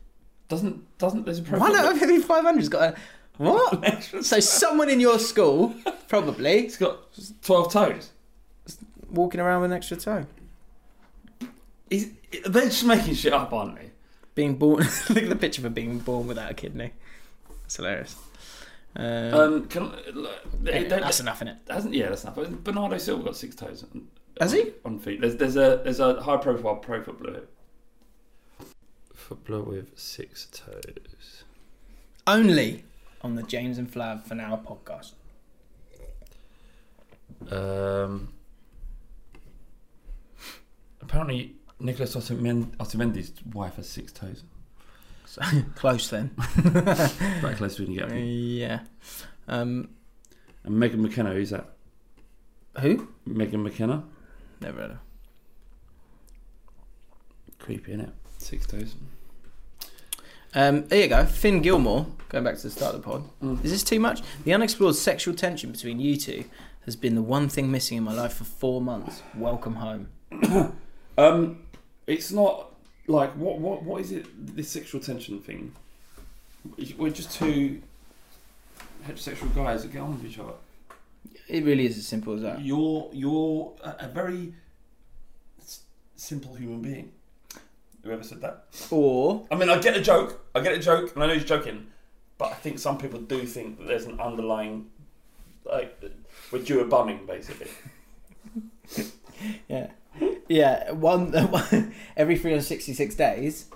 Speaker 2: Doesn't, doesn't, there's a pro
Speaker 1: One out of every 500's got a. What? so someone in your school, probably,
Speaker 2: It's got 12 toes.
Speaker 1: walking around with an extra toe.
Speaker 2: He's, they're just making shit up, aren't they?
Speaker 1: Being born, look at the picture of her being born without a kidney. That's hilarious. Um,
Speaker 2: Um, can, look, they-
Speaker 1: anyway,
Speaker 2: they-
Speaker 1: that's enough, innit?
Speaker 2: Hasn't yeah, that's enough. Bernardo Silva got six toes. On,
Speaker 1: Has
Speaker 2: on,
Speaker 1: he?
Speaker 2: On feet. There's there's a there's a high profile pro footballer. Footballer with six toes.
Speaker 1: Only on the James and Flav for now podcast.
Speaker 2: Um. Apparently, Nicolas Otamendi, Otamendi's wife has six toes.
Speaker 1: So, close then.
Speaker 2: That close we can get.
Speaker 1: yeah. Um,
Speaker 2: And Megan McKenna, who's that?
Speaker 1: who?
Speaker 2: Megan McKenna.
Speaker 1: Never heard of.
Speaker 2: Creepy, innit? Six toes.
Speaker 1: Um, here you go. Finn Gilmore, going back to the start of the pod. Is this too much? The unexplored sexual tension between you two has been the one thing missing in my life for four months. Welcome home.
Speaker 2: Um, it's not like what what what is it? This sexual tension thing. We're just two heterosexual guys that get on with each other.
Speaker 1: It really is as simple as that.
Speaker 2: You're you're a, a very s- simple human being. Whoever said that?
Speaker 1: Or
Speaker 2: I mean, I get a joke. I get a joke, and I know he's joking, but I think some people do think that there's an underlying like we're due a bumming basically.
Speaker 1: Yeah. Yeah, one every 366 days,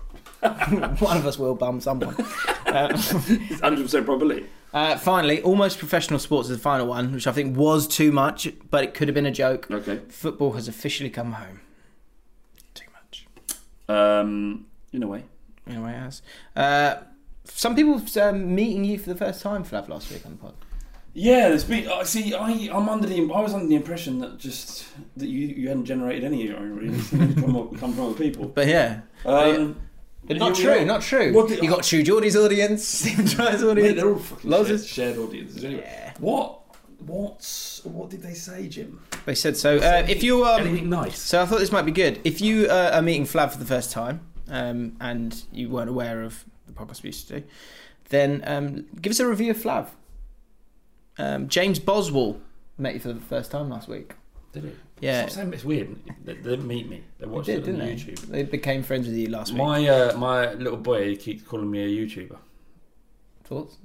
Speaker 1: one of us will bum someone.
Speaker 2: It's hundred percent probably.
Speaker 1: Uh, finally, almost professional sports is the final one, which I think was too much, but it could have been a joke.
Speaker 2: Okay.
Speaker 1: Football has officially come home. Too much.
Speaker 2: Um, in a way.
Speaker 1: Anyway, it has. Uh, some people um, meeting you for the first time, Flav, last week on the pod.
Speaker 2: Yeah, there's been. Uh, see, I I'm under the I was under the impression that just that you, you hadn't generated any of your own really. It's come, up- come from other people.
Speaker 1: But yeah.
Speaker 2: um,
Speaker 1: But not
Speaker 2: here we
Speaker 1: true,
Speaker 2: are.
Speaker 1: not true.
Speaker 2: What did-
Speaker 1: you got True Geordie's audience, Stephen Dry's audience.
Speaker 2: Mate, they're all fucking
Speaker 1: Loz
Speaker 2: shared,
Speaker 1: is-
Speaker 2: shared audiences. Anyway, what what's what did they say, Jim?
Speaker 1: They said so. Uh, if you um,
Speaker 2: anything nice?
Speaker 1: so I thought this might be good. If you uh, are meeting Flav for the first time um, and you weren't aware of the podcast we used to do, then um, give us a review of Flav. Um, James Boswell met you for the first time last week.
Speaker 2: Did it?
Speaker 1: Yeah.
Speaker 2: Stop saying it's weird. They, they didn't meet me. They watched
Speaker 1: They
Speaker 2: it
Speaker 1: did,
Speaker 2: on
Speaker 1: not
Speaker 2: YouTube.
Speaker 1: they? They became friends with you last week.
Speaker 2: My uh, my little boy he keeps calling me a YouTuber.
Speaker 1: Thoughts?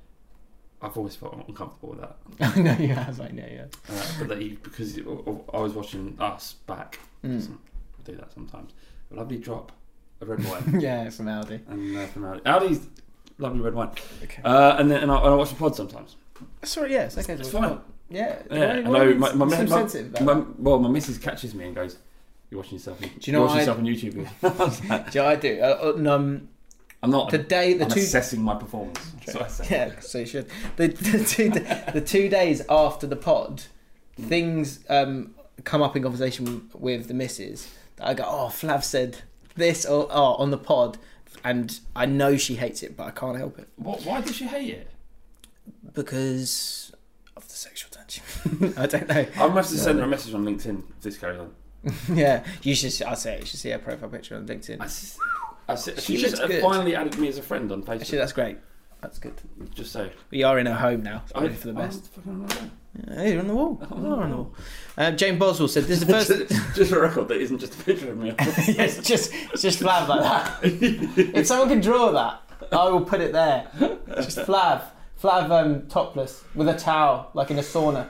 Speaker 2: I've always felt uncomfortable with that.
Speaker 1: I know you have. I know you have.
Speaker 2: Uh, but that he, because he- I was watching Us back,
Speaker 1: Hmm.
Speaker 2: Some- do that sometimes. A lovely drop of red wine
Speaker 1: Yeah, from Aldi.
Speaker 2: and uh, from Audi. Audi's lovely red wine.
Speaker 1: Okay.
Speaker 2: Uh, and then and I, and I watch the pod sometimes.
Speaker 1: Sorry. Yes. Okay.
Speaker 2: It's
Speaker 1: so-
Speaker 2: fine.
Speaker 1: Yeah.
Speaker 2: Yeah,
Speaker 1: Why-
Speaker 2: and
Speaker 1: why
Speaker 2: I-
Speaker 1: are you
Speaker 2: my, my,
Speaker 1: so
Speaker 2: my,
Speaker 1: sensitive about
Speaker 2: my-
Speaker 1: that?
Speaker 2: well, my missus catches me and goes, "You're watching yourself. Do
Speaker 1: you know
Speaker 2: you're
Speaker 1: what
Speaker 2: watching
Speaker 1: I-
Speaker 2: yourself on YouTube?" I was like,
Speaker 1: Yeah, I do. Uh, uh, um,
Speaker 2: I'm not.
Speaker 1: The day- the
Speaker 2: I'm
Speaker 1: two-
Speaker 2: assessing my performance. That's what I say.
Speaker 1: Yeah, so you should. The, the, two, the two days after the pod, things um, come up in conversation with the missus. That I go, oh, Flav said this or oh, on the pod, and I know she hates it, but I can't help it
Speaker 2: What, why does she hate it?
Speaker 1: because of the sexual tension. I don't know.
Speaker 2: I'm gonna have to send her a message on LinkedIn if this carries on.
Speaker 1: Yeah, you should. I say you should see her profile picture on LinkedIn.
Speaker 2: I said, she,
Speaker 1: looks
Speaker 2: just uh,
Speaker 1: good.
Speaker 2: finally added me as a friend on
Speaker 1: Actually,
Speaker 2: Facebook.
Speaker 1: that's great. That's good.
Speaker 2: Just so.
Speaker 1: We are in her home now. It's
Speaker 2: I-
Speaker 1: probably for the
Speaker 2: I'm
Speaker 1: best.
Speaker 2: fucking all right.
Speaker 1: Hey, you're on the wall. You're on the wall. Um, Jane Boswell said, "This is the first
Speaker 2: just, just for record, that isn't just a picture of me.
Speaker 1: it's just it's just Flav like that. if someone can draw that, I will put it there. Just Flav, Flav um, topless with a towel, like in a sauna,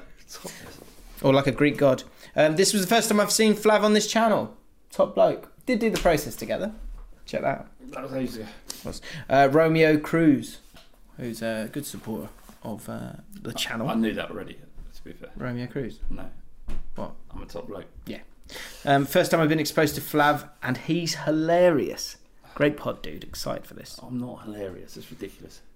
Speaker 1: or like a Greek god. Um, this was the first time I've seen Flav on this channel. Top bloke. Did do the process together. Check that out.
Speaker 2: that was how you used to go.
Speaker 1: Uh, Romeo Cruz, who's a good supporter of uh, the channel.
Speaker 2: I knew that already. To be fair,
Speaker 1: Romeo Cruz.
Speaker 2: no,
Speaker 1: What?
Speaker 2: I'm a top bloke.
Speaker 1: Yeah. Um, first time I've been exposed to Flav, and he's hilarious. Great pod, dude. Excited for this.
Speaker 2: I'm not hilarious. It's ridiculous.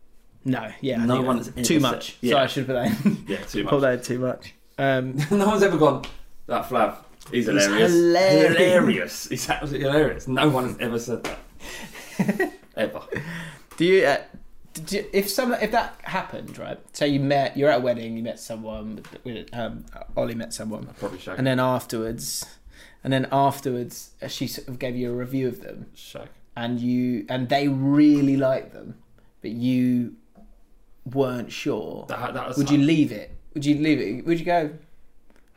Speaker 1: No, yeah,
Speaker 2: No
Speaker 1: no
Speaker 2: one
Speaker 1: one's
Speaker 2: has ever
Speaker 1: too
Speaker 2: said-
Speaker 1: much.
Speaker 2: yeah.
Speaker 1: Sorry, I should put that in.
Speaker 2: Yeah, too
Speaker 1: Put
Speaker 2: much.
Speaker 1: that in too much. Um,
Speaker 2: no one's ever gone. That Flav. He's hilarious.
Speaker 1: hilarious."
Speaker 2: Hilarious. He's absolutely hilarious. No one has ever said that. ever.
Speaker 1: do you? Uh, did you, if some if that happened, right? Say you met, you're at a wedding, you met someone. With, um, Ollie met someone,
Speaker 2: Probably Shaq.
Speaker 1: and then afterwards, and then afterwards, uh, she sort of gave you a review of them,
Speaker 2: Shaq.
Speaker 1: and you and they really liked them, but you weren't sure.
Speaker 2: That- that was
Speaker 1: would you leave it? Would you leave it? Would you go?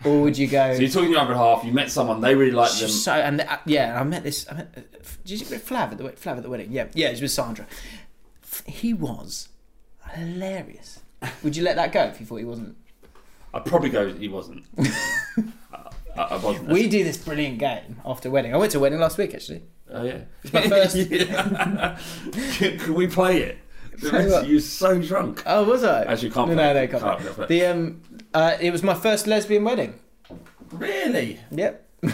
Speaker 1: Or would you go?
Speaker 2: So you're talking to your other half. You met someone. They really liked
Speaker 1: She
Speaker 2: them.
Speaker 1: was so and uh, yeah, I met this. I met, uh, did you see Flav at the wed- Flav at the wedding? Yeah, yeah, it was with Sandra. F- He was hilarious. Would you let that go if you thought he wasn't?
Speaker 2: I'd probably go. He wasn't. I, I wasn't.
Speaker 1: We do this brilliant game after a wedding. I went to a wedding last week actually.
Speaker 2: Oh yeah. It's
Speaker 1: my first-
Speaker 2: can, can we play it?
Speaker 1: what?
Speaker 2: You're so drunk.
Speaker 1: Oh, was I?
Speaker 2: Actually, can't
Speaker 1: No,
Speaker 2: play
Speaker 1: no,
Speaker 2: it.
Speaker 1: no, can't.
Speaker 2: Can't,
Speaker 1: play it.
Speaker 2: can't play
Speaker 1: The um, uh, it was my first lesbian wedding.
Speaker 2: Really?
Speaker 1: Yep, it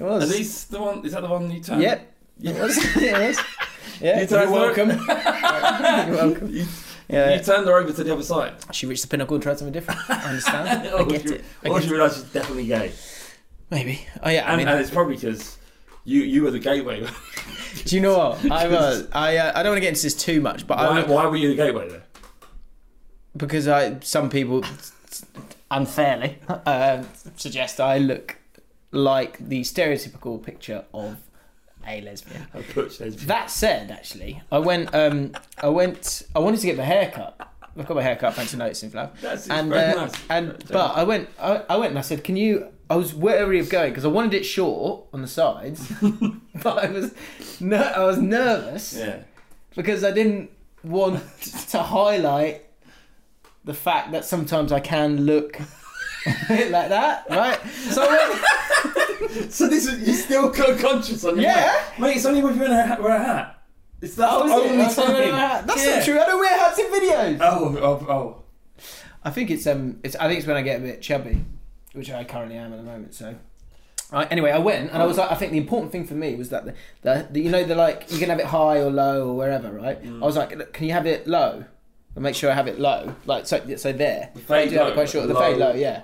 Speaker 2: Are
Speaker 1: was.
Speaker 2: these the one? Is that the one you turned?
Speaker 1: Yep. It was. it was. Yeah,
Speaker 2: uh, You
Speaker 1: you're
Speaker 2: turned her-
Speaker 1: welcome. you're welcome.
Speaker 2: You,
Speaker 1: Yeah.
Speaker 2: you turned her over to the other side.
Speaker 1: She reached the pinnacle and tried something different. I understand. I
Speaker 2: Or
Speaker 1: get
Speaker 2: she-
Speaker 1: it. I
Speaker 2: Or
Speaker 1: get
Speaker 2: she
Speaker 1: it.
Speaker 2: realised she's definitely gay.
Speaker 1: Maybe. Oh yeah. I
Speaker 2: And,
Speaker 1: mean,
Speaker 2: and it's probably because You you were the gateway.
Speaker 1: Do you know what? I was. I uh, I don't want to get into this too much, but
Speaker 2: why,
Speaker 1: I
Speaker 2: why were you the gateway there?
Speaker 1: because I some people unfairly uh, suggest I look like the stereotypical picture of a lesbian.
Speaker 2: I put lesbian.
Speaker 1: That said, actually, I went. Um, I went. I wanted to get my hair cut. I've got my hair cut. Thanks for noticing, Flav.
Speaker 2: That's- it's very nice.
Speaker 1: And but I went. I, I went and I said, "Can you?" I was wary of going because I wanted it short on the sides, but I was. No, I was nervous
Speaker 2: Yeah.
Speaker 1: because I didn't want to highlight the fact that sometimes I can look like that, right? So I went,
Speaker 2: So this is you're still co- conscious on your
Speaker 1: Yeah.
Speaker 2: Mate, Mate, it's only when you wear a hat. Wear a hat. It's that
Speaker 1: Oh, is it?
Speaker 2: only
Speaker 1: That's not
Speaker 2: time.
Speaker 1: wearing a hat. That's
Speaker 2: Yeah.
Speaker 1: not true. I don't wear hats in videos.
Speaker 2: Oh oh oh.
Speaker 1: I think it's um, it's I think it's when I get a bit chubby, which I currently am at the moment. So, I, anyway, I went and I was like, I think the important thing for me was that the, the, the you know the like you can have it high or low or wherever, right? I was like, "Look, can you have it low? And make sure I have it low, like so so there.
Speaker 2: fade
Speaker 1: I do have it
Speaker 2: low,
Speaker 1: quite short, the
Speaker 2: low.
Speaker 1: fade low, yeah.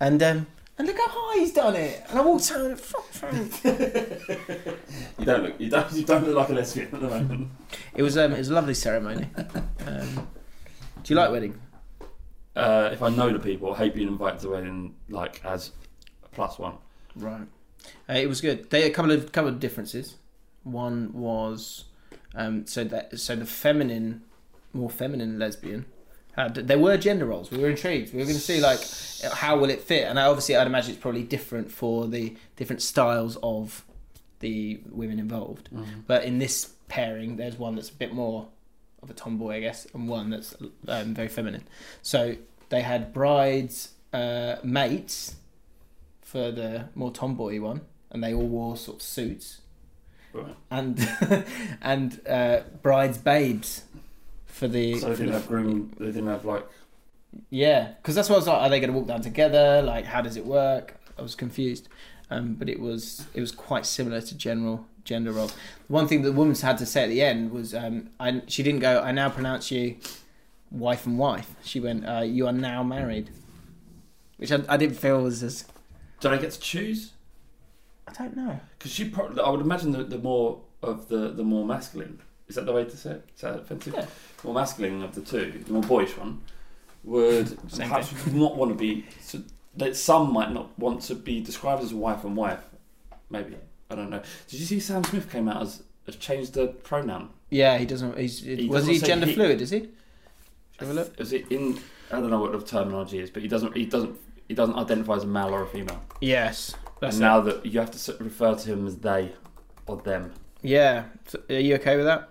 Speaker 1: And um, and look how high he's done it. And I walked out and fuck, fuck.
Speaker 2: You don't look. You don't. You don't look like a lesbian at the moment.
Speaker 1: it was um, it was a lovely ceremony. Um, do you like wedding?
Speaker 2: uh, if I know the people, I hate being invited to a wedding like as a plus one.
Speaker 1: Right. Uh, it was good. They had a couple of couple of differences. One was um, so that so the feminine, more feminine lesbian. Had, there were gender roles. We were intrigued. We were going to see like how will it fit, and I, obviously I'd imagine it's probably different for the different styles of the women involved. But in this pairing, there's one that's a bit more of a tomboy, I guess, and one that's um, very feminine. So they had brides, uh, mates, for the more tomboy one, and they all wore sort of suits,
Speaker 2: Right.
Speaker 1: and and uh, brides babes for the
Speaker 2: So they
Speaker 1: for
Speaker 2: didn't
Speaker 1: the-
Speaker 2: have groom. They didn't have like.
Speaker 1: yeah, because that's what I was like. Are they going to walk down together? Like, how does it work? I was confused, um, but it was it was quite similar to general gender roles. One thing the woman's had to say at the end was, um, I, she didn't go. I now pronounce you wife and wife. She went, uh, you are now married, which I, I didn't feel was as
Speaker 2: Do they get to choose?
Speaker 1: I don't know.
Speaker 2: Because she probably. I would imagine that the more of the the more masculine. Is that the way to say it? Is that offensive?
Speaker 1: Yeah.
Speaker 2: More masculine of the two, the more boyish one, would perhaps not want to be. So that some might not want to be described as wife and wife. Maybe I don't know. Did you see Sam Smith came out as has changed the pronoun?
Speaker 1: Yeah, he doesn't. He's,
Speaker 2: He
Speaker 1: was
Speaker 2: doesn't
Speaker 1: he
Speaker 2: say
Speaker 1: gender
Speaker 2: he.
Speaker 1: fluid? Is he? Have a look.
Speaker 2: Is it in? I don't know what the terminology is, but he doesn't. He doesn't. He doesn't identify as a male or a female.
Speaker 1: Yes. That's
Speaker 2: and
Speaker 1: it.
Speaker 2: now that you have to s- refer to him as they or them.
Speaker 1: Yeah. So, are you okay with that?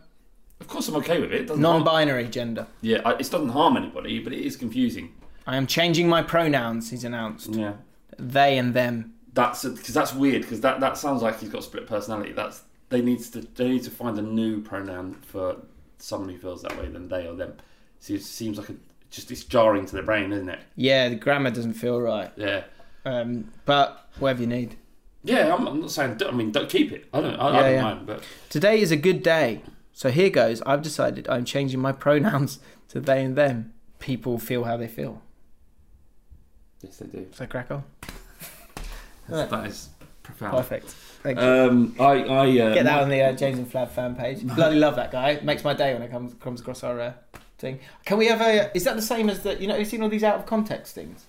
Speaker 2: Of course, I'm okay with it. it. doesn't harm-
Speaker 1: Non-binary gender.
Speaker 2: yeah, I, it doesn't harm anybody, but it is confusing.
Speaker 1: I am changing my pronouns. He's announced.
Speaker 2: Yeah,
Speaker 1: They and them.
Speaker 2: that's because that's weird because that, that sounds like he's got split personality. That's they need to they need to find a new pronoun for someone who feels that way than they or them. So it seems like a, just it's jarring to the brain, isn't it?
Speaker 1: Yeah, the grammar doesn't feel right.
Speaker 2: Yeah.
Speaker 1: Um, but whatever you need.
Speaker 2: Yeah, I'm, I'm not saying. do- I mean, don't keep it. I don't. I, I
Speaker 1: Yeah,
Speaker 2: don't
Speaker 1: yeah.
Speaker 2: mind. But
Speaker 1: Today is a good day. So here goes. I've decided I'm changing my pronouns to they and them. People feel how they feel.
Speaker 2: yes, they do.
Speaker 1: So crack on.
Speaker 2: That is profound.
Speaker 1: Perfect. Thank you.
Speaker 2: Um, I, I uh,
Speaker 1: Get that on the uh, James and Flav fan page. Bloody love that guy. Makes my day when it comes comes across our uh, thing. Can we have a? Is that the same as the? You know, you've seen all these out of context things.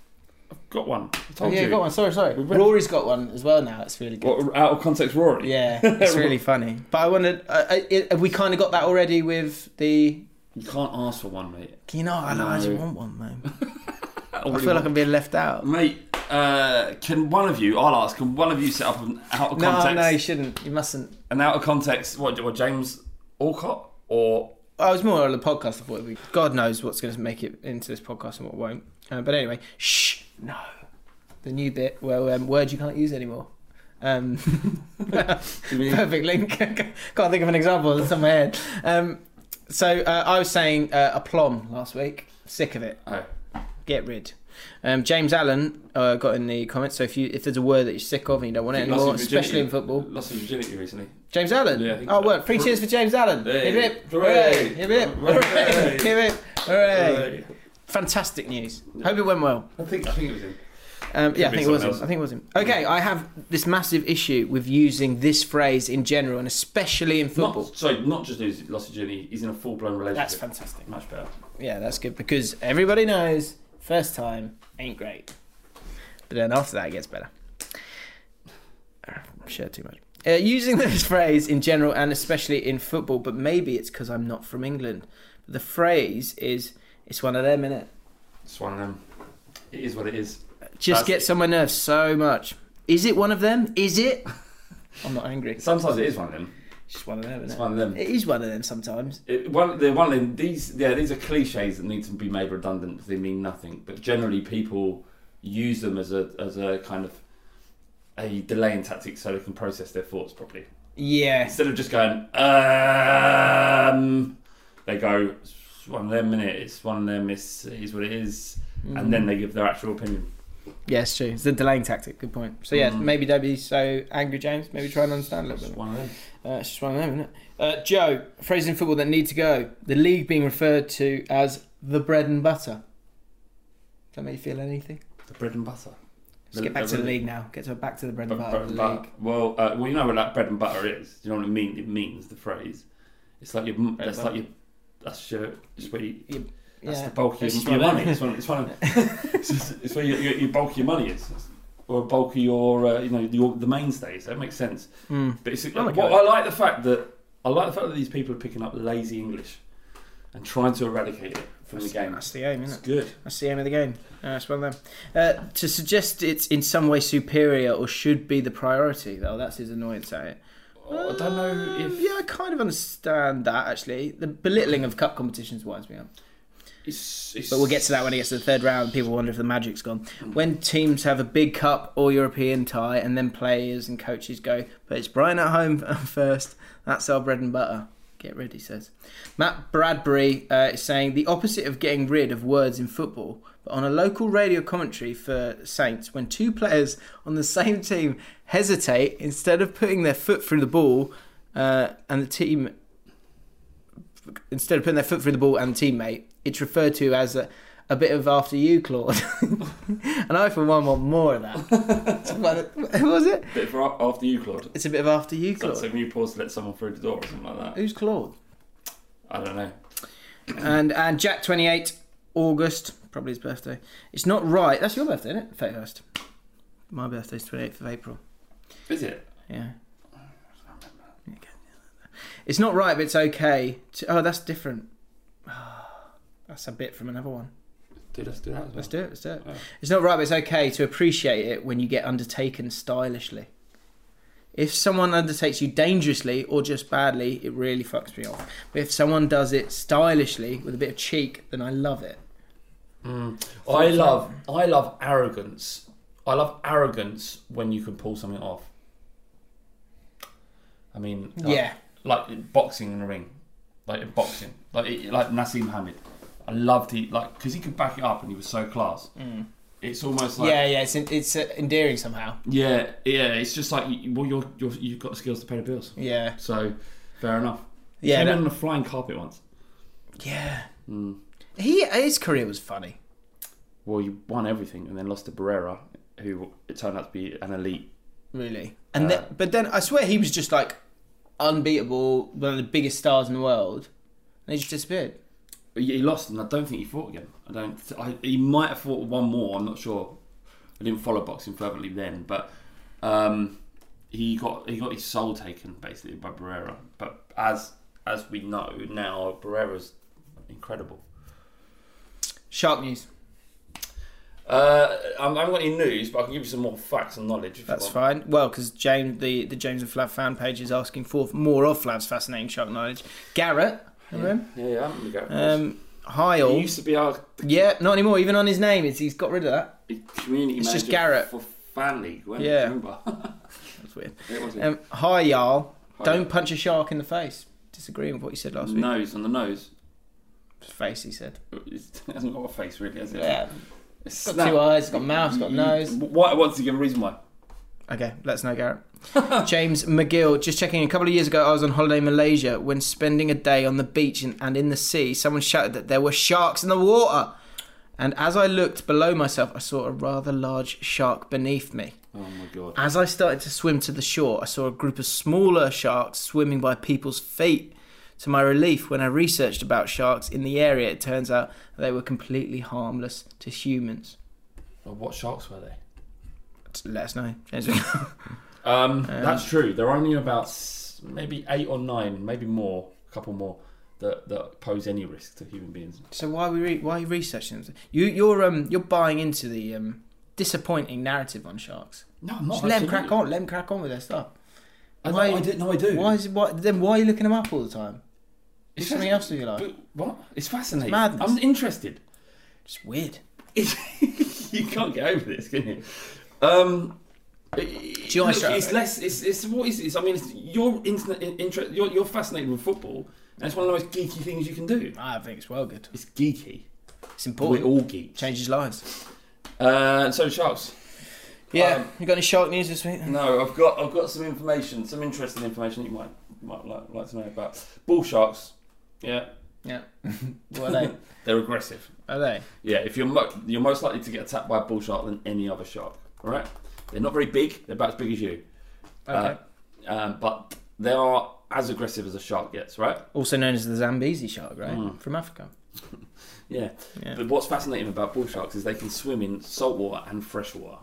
Speaker 2: got one. I
Speaker 1: Oh
Speaker 2: told
Speaker 1: yeah,
Speaker 2: you.
Speaker 1: got one. Sorry, sorry. Rory's got one as well now. It's really good.
Speaker 2: What, out of context, Rory.
Speaker 1: Yeah, it's really funny. But I wanted. Uh, uh, it, have we kind of got that already with the?
Speaker 2: You can't ask for one, mate.
Speaker 1: You know, I, I just
Speaker 2: No.
Speaker 1: want one, man. I feel like I'm being left out.
Speaker 2: Mate, uh, can one of you? I'll ask. Can one of you set up an out of
Speaker 1: No,
Speaker 2: context?
Speaker 1: no, you shouldn't. You mustn't.
Speaker 2: An out of context. What? What? James Alcott or
Speaker 1: I was more on the podcast. I thought it'd be, God knows what's going to make it into this podcast and what won't. Uh, but anyway, shh, no. The new bit where um, words you can't use anymore. Um, perfect link. can't think of an example that's on my head. Um, so uh, I was saying uh, aplomb last week. Sick of it.
Speaker 2: oh,
Speaker 1: Get rid. Um, James Allen uh, got in the comments. So if you if there's a word that you're sick of and you don't want it
Speaker 2: lost
Speaker 1: anymore,
Speaker 2: his virginity-
Speaker 1: especially in football,
Speaker 2: Lost his virginity recently.
Speaker 1: James Allen.
Speaker 2: Yeah, I think
Speaker 1: oh,
Speaker 2: so.
Speaker 1: work. Three cheers for James Allen.
Speaker 2: Hey.
Speaker 1: Hip hip.
Speaker 2: Hooray.
Speaker 1: Hooray. Hip hip.
Speaker 2: Hooray.
Speaker 1: Hooray. Hip hip. Hooray.
Speaker 2: Hooray.
Speaker 1: Fantastic news. Hope it went well.
Speaker 2: Uh, I think I think it was him.
Speaker 1: Um, yeah, I
Speaker 2: be
Speaker 1: think it was him. I
Speaker 2: something else.
Speaker 1: think it was him. Okay, I have this massive issue with using this phrase in general, and especially in football.
Speaker 2: Not, sorry, not just lose lost your journey. He's in a full blown relationship.
Speaker 1: That's fantastic.
Speaker 2: Much better.
Speaker 1: Yeah, that's good because everybody knows first time ain't great, but then after that it gets better. Ah, I'm sure too much. Uh, using this phrase in general and especially in football, but maybe it's because I'm not from England. The phrase is it's one of them, innit?
Speaker 2: It's one of them. It is what it is.
Speaker 1: Just
Speaker 2: That's-
Speaker 1: gets on my nerves so much. Is it one of them? Is it? I'm not angry. It's
Speaker 2: Sometimes it is one of them.
Speaker 1: just one of them. It's
Speaker 2: one of them.
Speaker 1: It is one of them sometimes.
Speaker 2: It, one, they're one of them. These, yeah, these are cliches that need to be made redundant because they mean nothing. But generally, people use them as a as a kind of a delaying tactic so they can process their thoughts properly.
Speaker 1: Yeah.
Speaker 2: Instead of just going, um, they go, "It's one of them, minute. It's one of them. It's it is what it is,
Speaker 1: Mm.
Speaker 2: and then they give their actual opinion.
Speaker 1: Yeah, it's true. It's the delaying tactic. Good point. So yeah,
Speaker 2: Mm.
Speaker 1: maybe don't be so angry, James. Maybe try and understand a little
Speaker 2: It's
Speaker 1: bit.
Speaker 2: one of them.
Speaker 1: Uh, it's just one of them, isn't it? Uh, Joe, phrase in football that need to go. The league being referred to as the bread and butter. Does that make you feel anything?
Speaker 2: The bread and butter.
Speaker 1: Let's get back to the league now. Get to back to the bread and butter
Speaker 2: Bread
Speaker 1: of
Speaker 2: and
Speaker 1: the league.
Speaker 2: butter. Well, uh, well, you know what that bread and butter is. Do you know what it means? It means the phrase. It's like your. that's
Speaker 1: butter.
Speaker 2: like your. That's your. It's where you.
Speaker 1: You-
Speaker 2: that's
Speaker 1: yeah.
Speaker 2: the bulk of
Speaker 1: It's just
Speaker 2: your, your
Speaker 1: one of
Speaker 2: money.
Speaker 1: them.
Speaker 2: It's one. It's one. Of, it's, just, it's where your, your, your bulk of your money is, or a bulk of your. Uh, you know your, the mainstays. That makes sense.
Speaker 1: Hmm.
Speaker 2: But it's,
Speaker 1: like
Speaker 2: well,
Speaker 1: it.
Speaker 2: I like the fact that I like the fact that these people are picking up lazy English, and trying to eradicate it from the game.
Speaker 1: That's the aim,
Speaker 2: It's
Speaker 1: isn't it?
Speaker 2: good.
Speaker 1: That's the aim of the game. Uh, it's one of them. Uh, to suggest it's in some way superior or should be the priority, though, that's his annoyance at it.
Speaker 2: I don't know
Speaker 1: Um,
Speaker 2: if
Speaker 1: yeah, I kind of understand that actually. The belittling of cup competitions winds me up.
Speaker 2: it's, it's.
Speaker 1: But we'll get to that when it gets to the third round. People wonder if the magic's gone. When teams have a big cup or European tie, and then players and coaches go, but it's Brighton at home first. That's our bread and butter. Get rid, he says. Matt Bradbury uh, is saying the opposite of getting rid of words in football, but on a local radio commentary for Saints, when two players on the same team hesitate instead of putting their foot through the ball, uh, and the team instead of putting their foot through the ball and teammate, it's referred to as a, a bit of after you, Claude. and I, for one, want more of that. what was it?
Speaker 2: Bit for after you, Claude.
Speaker 1: It's a bit of after you,
Speaker 2: So, so
Speaker 1: Claude.
Speaker 2: when you pause to let someone through the door or something like that.
Speaker 1: Who's Claude?
Speaker 2: I don't know.
Speaker 1: And and Jack, twenty eight, August, probably his birthday. It's not right. That's your birthday, isn't it? Fakehurst. My birthday's twenty eighth of April.
Speaker 2: Is it?
Speaker 1: Yeah. It's not right, but it's okay. To, oh, that's different. That's a bit from another one.
Speaker 2: Dude, let's do that. as
Speaker 1: Let's
Speaker 2: well.
Speaker 1: do it. Let's do it. It's not right, but it's okay to appreciate it when you get undertaken stylishly. If someone undertakes you dangerously or just badly, it really fucks me off. But if someone does it stylishly with a bit of cheek, then I love it.
Speaker 2: I love I love arrogance. I love arrogance when you can pull something off. I mean, like,
Speaker 1: Yeah.
Speaker 2: like in boxing in the ring, like in boxing, like it- like Nassim Hamid. I loved he like because he could back it up and he was so class. It's almost like
Speaker 1: Mm. yeah, yeah. It's it's uh, endearing somehow.
Speaker 2: yeah, yeah, It's just like you- well, you're, you're you've got the skills to pay the bills.
Speaker 1: Yeah,
Speaker 2: So fair enough.
Speaker 1: Yeah,
Speaker 2: Came
Speaker 1: that-
Speaker 2: in on a flying carpet once.
Speaker 1: yeah. He his career was funny.
Speaker 2: Well, you won everything and then lost to Barrera, who it turned out to be an elite.
Speaker 1: Really. And then, but then I swear he was just like unbeatable, one of the biggest stars in the world, and he just disappeared.
Speaker 2: But He lost, and I don't think he fought again. I don't. I, he might have fought one more. I'm not sure. I didn't follow boxing fervently then, but um, he got he got his soul taken basically by Barrera. But as as we know now, Barrera's incredible.
Speaker 1: Shark news.
Speaker 2: Uh, I'm, I haven't got any news, but I can give you some more facts and knowledge. If
Speaker 1: That's
Speaker 2: you want.
Speaker 1: fine. Well, because James, the, the James and Flav fan page is asking for more of Flav's fascinating shark knowledge. Garrett, remember him?
Speaker 2: Yeah, yeah, I'm gonna go.
Speaker 1: Um, hi
Speaker 2: he
Speaker 1: all.
Speaker 2: used to be our
Speaker 1: Yeah, not anymore. Even on his name, it's, he's got rid of that.
Speaker 2: community
Speaker 1: It's
Speaker 2: manager
Speaker 1: just Garrett.
Speaker 2: for Fan League. When,
Speaker 1: Yeah.
Speaker 2: remember?
Speaker 1: That's weird.
Speaker 2: It was it.
Speaker 1: Um, hi y'all. Don't
Speaker 2: y'all.
Speaker 1: punch a shark in the face. Disagreeing with what you said last week.
Speaker 2: nose on the nose.
Speaker 1: Face, he said.
Speaker 2: It's- It hasn't got a face really, has it?
Speaker 1: Yeah.
Speaker 2: It's
Speaker 1: Got
Speaker 2: snap.
Speaker 1: two eyes. Got mouth. Got
Speaker 2: You-
Speaker 1: nose.
Speaker 2: Why? What's the reason why?
Speaker 1: Okay, let's know, Garrett. James McGill, just checking. A couple of years ago, I was on holiday in Malaysia when spending a day on the beach and, and in the sea. Someone shouted that there were sharks in the water, and as I looked below myself, I saw a rather large shark beneath me.
Speaker 2: Oh my god.
Speaker 1: As I started to swim to the shore, I saw a group of smaller sharks swimming by people's feet. To my relief, when I researched about sharks in the area, it turns out they were completely harmless to humans.
Speaker 2: Well, what sharks were they?
Speaker 1: Let us know. James.
Speaker 2: Um, that's true. There are only about s- maybe eight or nine, maybe more, a couple more that, that pose any risk to human beings.
Speaker 1: so why are we re- why are you researching them? You you're um you're buying into the um disappointing narrative on sharks.
Speaker 2: No, I'm not.
Speaker 1: Just let them
Speaker 2: absolutely.
Speaker 1: crack on. Let them crack on with their stuff.
Speaker 2: I, no, I do. No, I do.
Speaker 1: Why is why then why are you looking them up all the time? Do something
Speaker 2: fascin-
Speaker 1: else with your life.
Speaker 2: But what? It's fascinating.
Speaker 1: It's madness.
Speaker 2: I'm interested.
Speaker 1: It's weird.
Speaker 2: you can't get over this, can you? Um,
Speaker 1: you want
Speaker 2: look,
Speaker 1: to show
Speaker 2: it's
Speaker 1: it?
Speaker 2: less. It's it's what is it's, I mean, it's, you're internet interest. You're, you're fascinated with football, and it's one of the most geeky things you can do.
Speaker 1: I think it's well good.
Speaker 2: It's geeky.
Speaker 1: It's important.
Speaker 2: We're all geeks.
Speaker 1: changes lives.
Speaker 2: Uh, so sharks.
Speaker 1: Yeah.
Speaker 2: Um,
Speaker 1: you got any shark news this week?
Speaker 2: No, I've got I've got some information, some interesting information you might you might like, like to know about bull sharks. Yeah,
Speaker 1: Yeah. what are they?
Speaker 2: they're aggressive.
Speaker 1: Are they?
Speaker 2: Yeah, if you're mo- you're most likely to get attacked by a bull shark than any other shark. All right, they're not very big. They're about as big as you.
Speaker 1: Okay.
Speaker 2: Uh, um, but they are as aggressive as a shark gets. Right.
Speaker 1: also known as the Zambezi shark, right?
Speaker 2: Mm.
Speaker 1: From Africa.
Speaker 2: Yeah.
Speaker 1: Yeah.
Speaker 2: But what's fascinating about bull sharks is they can swim in salt water and fresh water.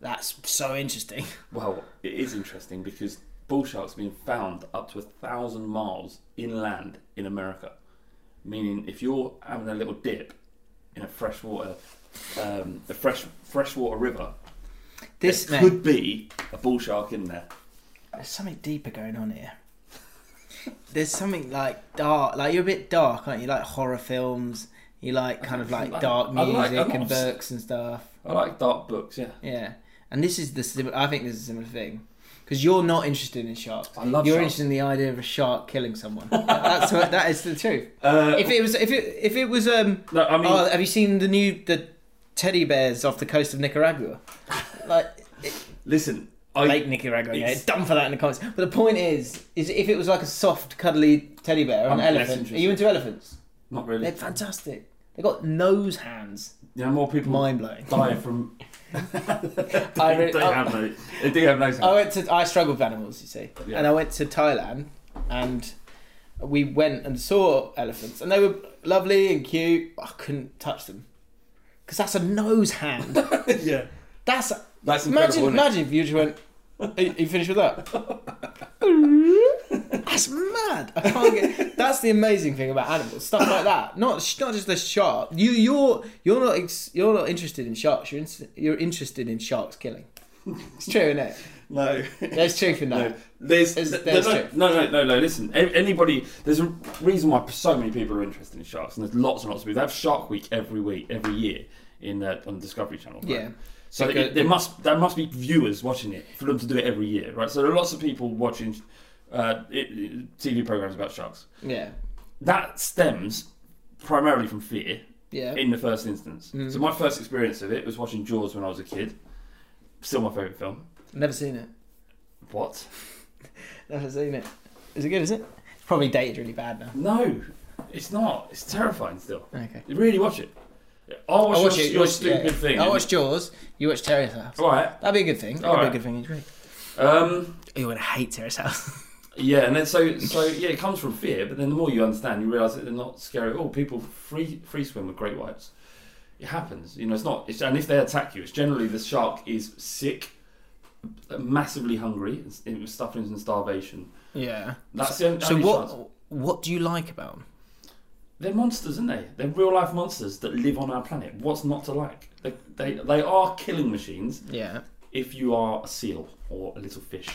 Speaker 1: That's so interesting.
Speaker 2: Well, it is interesting because bull sharks have been found up to a thousand miles inland in America. Meaning, if you're having a little dip in a freshwater, um, a fresh freshwater river,
Speaker 1: This
Speaker 2: there
Speaker 1: mate,
Speaker 2: could be a bull shark in there.
Speaker 1: there's something deeper going on here. There's something like dark, like you're a bit dark, aren't you? Like horror films. You like kind of like
Speaker 2: like-
Speaker 1: dark
Speaker 2: I like-
Speaker 1: music
Speaker 2: I'm
Speaker 1: and
Speaker 2: not s-
Speaker 1: books and stuff.
Speaker 2: I like dark books. Yeah,
Speaker 1: Yeah, and this is the similar. I think this is a similar thing because you're not interested in sharks.
Speaker 2: I love
Speaker 1: You're
Speaker 2: sharks.
Speaker 1: interested in the idea of a shark killing someone. That's what, that is the truth. if it was, if it, if it was, um,
Speaker 2: Uh, No, I mean-
Speaker 1: oh, have you seen the new the teddy bears off the coast of Nicaragua? like
Speaker 2: listen, I
Speaker 1: Lake Nicaragua. Yeah,
Speaker 2: It's-
Speaker 1: dumb for that in the comments. But the point is, is if it was like a soft, cuddly teddy bear or an
Speaker 2: I'm less
Speaker 1: elephant. Are
Speaker 2: interested.
Speaker 1: you into elephants?
Speaker 2: not
Speaker 1: They're
Speaker 2: really.
Speaker 1: fantastic. They got nose hands.
Speaker 2: You know, more people
Speaker 1: Mind-blowing.
Speaker 2: die from.
Speaker 1: I
Speaker 2: they,
Speaker 1: really- I-
Speaker 2: have no, they do have no.
Speaker 1: I went to I struggle with animals, you see, and I went to Thailand, and we went and saw elephants, and they were lovely and cute. but I couldn't touch them because that's a nose hand.
Speaker 2: yeah,
Speaker 1: That's
Speaker 2: That's
Speaker 1: imagine
Speaker 2: incredible, isn't it?
Speaker 1: imagine if you just went. Are you, are you finished with that? That's mad. I can't get. That's the amazing thing about animals, stuff like that. Not sh- not just the shark. You you're you're not ex, you're not interested in sharks. You're in, you're interested in sharks killing. It's true, isn't it?
Speaker 2: no.
Speaker 1: There's truth in that.
Speaker 2: No, there's,
Speaker 1: There's-
Speaker 2: th-
Speaker 1: there's
Speaker 2: no,
Speaker 1: truth.
Speaker 2: no, no, no, no. Listen, a- anybody. There's a reason why so many people are interested in sharks, and there's lots and lots of people. They have Shark Week every week, every year in uh, on Discovery Channel. right?
Speaker 1: Yeah.
Speaker 2: So
Speaker 1: Because-
Speaker 2: it, there must there must be viewers watching it for them to do it every year, right? So there are lots of people watching uh, it, it- TV programs about sharks.
Speaker 1: Yeah.
Speaker 2: That stems primarily from fear.
Speaker 1: Yeah. Mm.
Speaker 2: In the first instance. So my first experience of it was watching Jaws when I was a kid. Still my favourite film.
Speaker 1: Never seen it.
Speaker 2: What?
Speaker 1: Never seen it. Is it good, is it? It's probably dated really bad now.
Speaker 2: No, it's not. It's terrifying still.
Speaker 1: Okay.
Speaker 2: You really watch it. I'll watch,
Speaker 1: I watched
Speaker 2: your,
Speaker 1: it.
Speaker 2: your
Speaker 1: watched-
Speaker 2: stupid
Speaker 1: yeah.
Speaker 2: thing.
Speaker 1: I watched Jaws. You watched Terrace House.
Speaker 2: All right.
Speaker 1: That'd be a good thing. That'd be
Speaker 2: Alright.
Speaker 1: a good thing. You'd read.
Speaker 2: Um,
Speaker 1: You would hate Terrace House.
Speaker 2: yeah, and then so so yeah, it comes from fear, but then the more you understand, you realise that they're not scary at all. People free free swim with great whites. It happens. You know, it's not. It's, and if they attack you, it's generally the shark is sick, massively hungry, and was suffering from starvation.
Speaker 1: yeah.
Speaker 2: That's the only,
Speaker 1: So
Speaker 2: only
Speaker 1: what?
Speaker 2: chance.
Speaker 1: What do you like about them?
Speaker 2: They're monsters, aren't they? They're real life monsters that live on our planet. What's not to like? They they, they are killing machines.
Speaker 1: Yeah.
Speaker 2: if you are a seal or a little fish,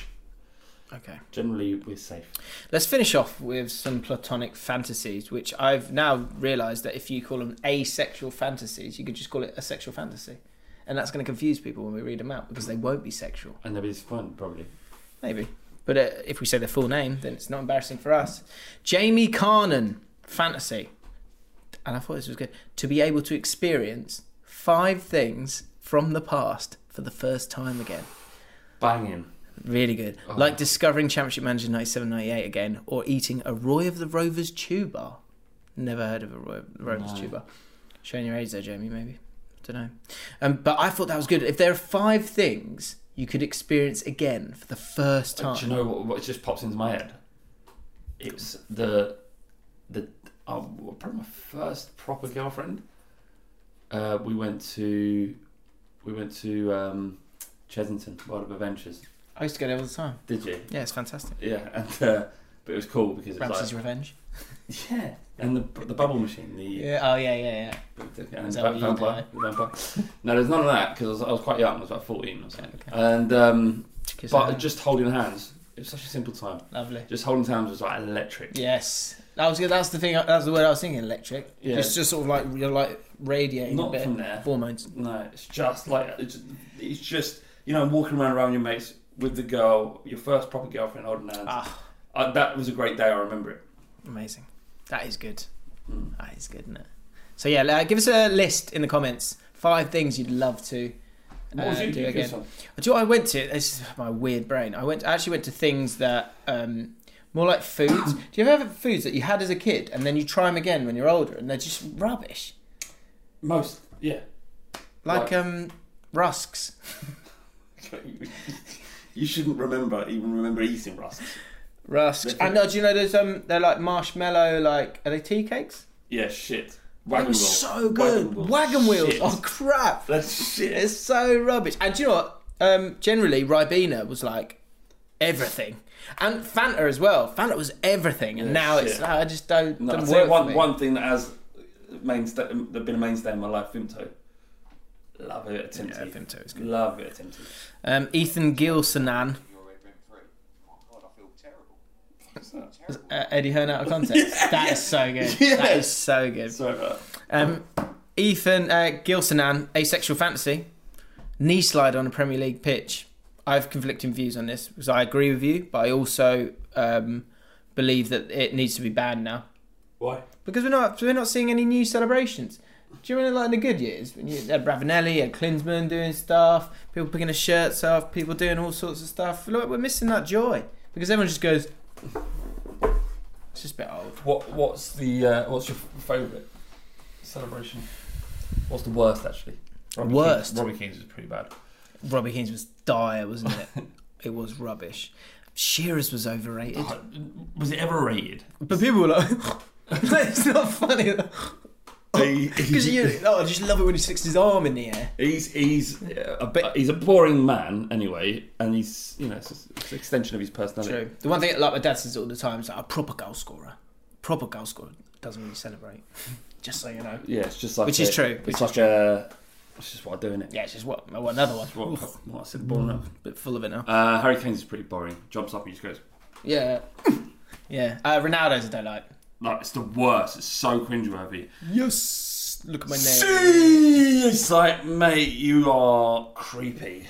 Speaker 1: Okay.
Speaker 2: generally we're safe.
Speaker 1: Let's finish off with some platonic fantasies, which I've now realised that if you call them asexual fantasies, you could just call it a sexual fantasy, and that's going to confuse people when we read them out because they won't be sexual.
Speaker 2: And there is fun, probably.
Speaker 1: Maybe. But uh, if we say their full name, then it's not embarrassing for us. Jamie Carnan, fantasy. And I thought this was good. To be able to experience five things from the past for the first time again.
Speaker 2: Banging.
Speaker 1: Really good.
Speaker 2: Oh.
Speaker 1: Like discovering Championship Manager 97 98 again, or eating a Roy of the Rovers chew bar. Never heard of a Roy of the Rovers chew bar. Showing your age there, Jamie, maybe. Don't know. Um, but I thought that was good. If there are five things you could experience again for the first time,
Speaker 2: Uh, Do you know what, what just pops into my head? It was the the uh, probably my first proper girlfriend. Uh, we went to we went to um, Chesington World of Adventures.
Speaker 1: I used to go there all the time.
Speaker 2: Did you?
Speaker 1: Yeah, it's fantastic.
Speaker 2: Yeah, and uh, but it was cool because it was
Speaker 1: Ramses'
Speaker 2: like
Speaker 1: Revenge.
Speaker 2: yeah, and the the bubble machine, the
Speaker 1: Yeah. Oh yeah, yeah,
Speaker 2: and
Speaker 1: Is that
Speaker 2: va-
Speaker 1: what you
Speaker 2: vampire, vampire. no, there's none of that because I was, I was quite young. I was about fourteen or something. And um,
Speaker 1: Kiss
Speaker 2: but
Speaker 1: her.
Speaker 2: just holding hands, it was such a simple time.
Speaker 1: yeah. Lovely.
Speaker 2: Just holding hands was like electric.
Speaker 1: Yes. That was good. That's the thing. That was the word I was thinking. Electric.
Speaker 2: Yeah.
Speaker 1: It's just sort of like you're like radiating a
Speaker 2: Not
Speaker 1: bit.
Speaker 2: from there.
Speaker 1: Hormones.
Speaker 2: No, it's just like it's, it's just you know walking around around your mates with the girl, your first proper girlfriend holding hands.
Speaker 1: Ah.
Speaker 2: Uh, that was a great day. I remember it.
Speaker 1: Amazing. That is good. That is good, isn't it? So yeah, uh, give us a list in the comments. Five things you'd love to
Speaker 2: What was
Speaker 1: uh,
Speaker 2: you-
Speaker 1: do
Speaker 2: you
Speaker 1: again.
Speaker 2: guess on?
Speaker 1: Do you know what I went to? This is my weird brain. I went. I actually went to things that um, more like foods. do you ever have foods that you had as a kid and then you try them again when you're older and they're just rubbish?
Speaker 2: Most, yeah.
Speaker 1: Like
Speaker 2: Like-
Speaker 1: um, rusks.
Speaker 2: You shouldn't remember even remember eating rusks.
Speaker 1: Rusks.
Speaker 2: They're
Speaker 1: And uh, do you know those? Um, they're like marshmallow. Like are they tea cakes?
Speaker 2: Yeah, shit.
Speaker 1: They
Speaker 2: Wagon
Speaker 1: were
Speaker 2: wheel.
Speaker 1: so good.
Speaker 2: wheel.
Speaker 1: Wagon wheels.
Speaker 2: Shit.
Speaker 1: Oh crap.
Speaker 2: That's shit.
Speaker 1: It's so rubbish. And do you know what? Um, generally, Ribena was like everything, and Fanta as well. Fanta was everything, and now it's
Speaker 2: shit.
Speaker 1: like, I just don't.
Speaker 2: No, I'll
Speaker 1: doesn't
Speaker 2: tell you
Speaker 1: work for
Speaker 2: one,
Speaker 1: me.
Speaker 2: one thing that has mainstay, been a mainstay in my life, Vimto. Love it, Tinty.
Speaker 1: Yeah, Vimto is good.
Speaker 2: Love it, Tinty.
Speaker 1: Um, Ethan Gilsonan,
Speaker 2: Oh,
Speaker 1: uh, Eddie Hearn out of context. That is so good. That is so good.
Speaker 2: Sorry about that.
Speaker 1: Um, Ethan uh, Gilsonan, asexual fantasy, knee slide on a Premier League pitch. I have conflicting views on this because I agree with you, but I also um, believe that it needs to be banned now.
Speaker 2: Why?
Speaker 1: because we're not we're not seeing any new celebrations. Do you remember like in the good years when you had Ravenelli, you had Klinsmann doing stuff, people picking their shirts off, people doing all sorts of stuff. Look, we're missing that joy because everyone just goes. It's just a bit old.
Speaker 2: What? What's the? Uh, what's your favourite celebration? What's the worst actually? Robbie
Speaker 1: Worst?
Speaker 2: Keane's- Robbie Keane's was pretty bad.
Speaker 1: Robbie Keane's was dire, wasn't it? it was rubbish. Shearer's was overrated,
Speaker 2: Was it ever rated?
Speaker 1: Oh, but people were like, "It's not funny." Because you, oh, I just love it when he sticks his arm in the air.
Speaker 2: He's he's a bit, he's a boring man anyway, and he's you know it's, it's an extension of his personality.
Speaker 1: True. The one thing, like my dad says all the time, is like a proper goal scorer. Proper goal scorer doesn't really celebrate. Just so you know.
Speaker 2: Yeah, it's just like
Speaker 1: Which is
Speaker 2: a-
Speaker 1: true,
Speaker 2: It's
Speaker 1: which is
Speaker 2: like a. It's just what I do in it.
Speaker 1: Yeah, it's just what well, another one.
Speaker 2: What,
Speaker 1: Oof,
Speaker 2: what I said, boring up.
Speaker 1: bit full of it now.
Speaker 2: Uh, Harry Kane's is pretty boring. Jumps up and just goes,
Speaker 1: Yeah. yeah. Uh, Ronaldo's I don't like.
Speaker 2: like, it's the worst. It's so cringeworthy.
Speaker 1: Yes. Look at my name.
Speaker 2: See? It's like, mate, you are creepy.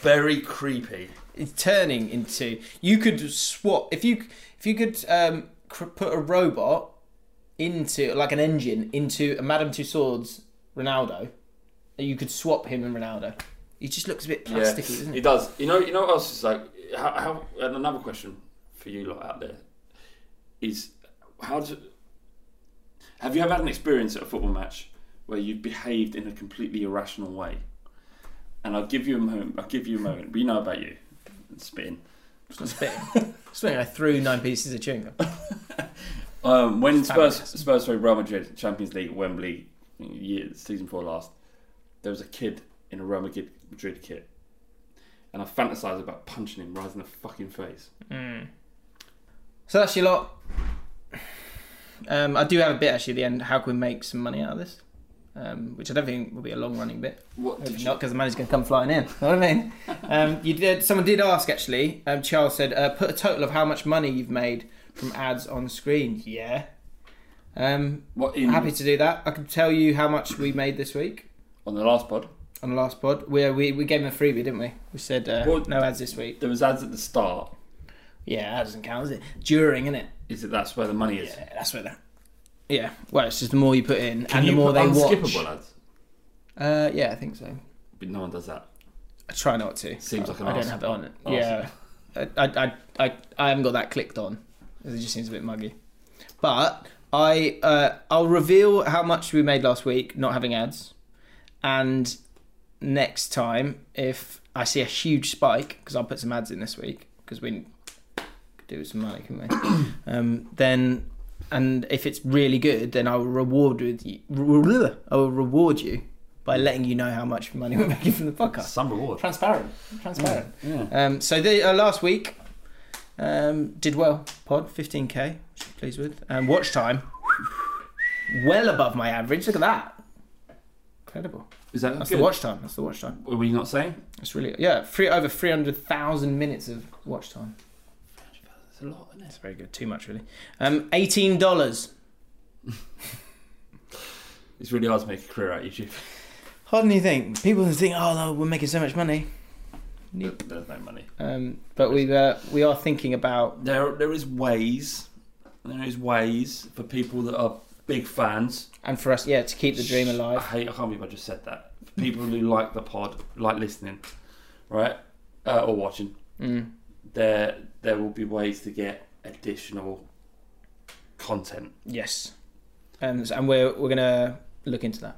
Speaker 2: Very creepy.
Speaker 1: It's turning into you could swap if you if you could um, cr- put a robot into like an engine into a Madame Tussauds Ronaldo, you could swap him and Ronaldo. He just looks a bit plasticky, doesn't he?
Speaker 2: It does. You know. You know what else is like? How, how? And another question for you lot out there is how do? Have you ever had an experience at a football match where you've behaved in a completely irrational way? And I'll give you a moment. I'll give you a moment. We know about you. Spitting.
Speaker 1: spitting. spitting. I threw nine pieces of chewing gum.
Speaker 2: Um, when Spurs Spurs played Real Madrid Champions League Wembley year, season four last, there was a kid in a Real Madrid Madrid kit, and I fantasised about punching him right in the fucking face.
Speaker 1: So that's your lot. Um, I do have a bit actually at the end. How can we make some money out of this? Um, which I don't think will be a long running bit.
Speaker 2: What did
Speaker 1: Maybe
Speaker 2: you-
Speaker 1: not because the money's going to come flying in. Know what I mean? um, you did. Someone did ask actually. Um, Charles said, uh, "Put a total of how much money you've made from ads on screen." Yeah. Um,
Speaker 2: What in
Speaker 1: happy to do that. I can tell you how much we made this week
Speaker 2: on the last pod?
Speaker 1: on the last pod. We uh, we, we gave them a freebie, didn't we? We said uh,
Speaker 2: Well-
Speaker 1: no ads this week.
Speaker 2: There was ads at the start.
Speaker 1: Yeah, that doesn't count, does it? During, innit?
Speaker 2: Is it that's where the money is?
Speaker 1: Yeah, that's where that. Yeah, well, it's just the more you put in
Speaker 2: Can
Speaker 1: and the
Speaker 2: you
Speaker 1: more
Speaker 2: put
Speaker 1: they watch.
Speaker 2: unskippable ads?
Speaker 1: Uh, yeah, I think so.
Speaker 2: But no one does that.
Speaker 1: I try not to.
Speaker 2: Seems like an
Speaker 1: I don't
Speaker 2: arse-
Speaker 1: have it on. it.
Speaker 2: arse.
Speaker 1: Yeah, I, I, I, I, I haven't got that clicked on. It just seems a bit muggy. But I uh, I'll reveal how much we made last week, not having ads, and next time if I see a huge spike because I'll put some ads in this week because we could do with some money, couldn't we? um, then and if it's really good, then I will reward with you. I will reward you by letting you know how much money we're making from the podcast.
Speaker 2: Some reward.
Speaker 1: Transparent, transparent. Um, so the uh, last week um, did well. Pod 15k, which I'm pleased with, and watch time well above my average. Look at that, incredible.
Speaker 2: Is that
Speaker 1: That's
Speaker 2: good?
Speaker 1: the watch time. That's the watch time.
Speaker 2: Were we not saying?
Speaker 1: It's really yeah, three over 300,000 minutes of watch time.
Speaker 2: It's a lot, isn't it?
Speaker 1: It's very good. Too much really. Um, eighteen dollars.
Speaker 2: It's really hard to make a career out of YouTube.
Speaker 1: Harder than you think. People think, oh, no, we're making so much money.
Speaker 2: But There's no money.
Speaker 1: Um, but we uh, we are thinking about
Speaker 2: There, there is ways. There is ways for people that are big fans.
Speaker 1: and for us, yeah, to keep the dream
Speaker 2: I
Speaker 1: alive.
Speaker 2: hate. I can't believe I just said that. People who like the pod, like listening, right, uh, or watching, there there will be ways to get additional content.
Speaker 1: Yes, and and we're we're gonna look into that.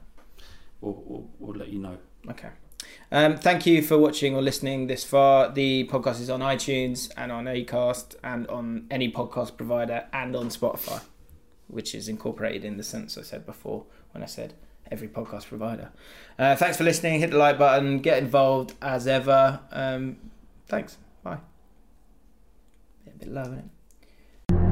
Speaker 2: We'll, we'll, we'll let you know.
Speaker 1: Okay. Um, thank you for watching or listening this far. The podcast is on iTunes and on Acast and on any podcast provider and on Spotify, which is incorporated in the sense I said before when I said every podcast provider. Uh, thanks for listening. Hit the like button. Get involved as ever. Um, thanks. Bye. A bit low, isn't it?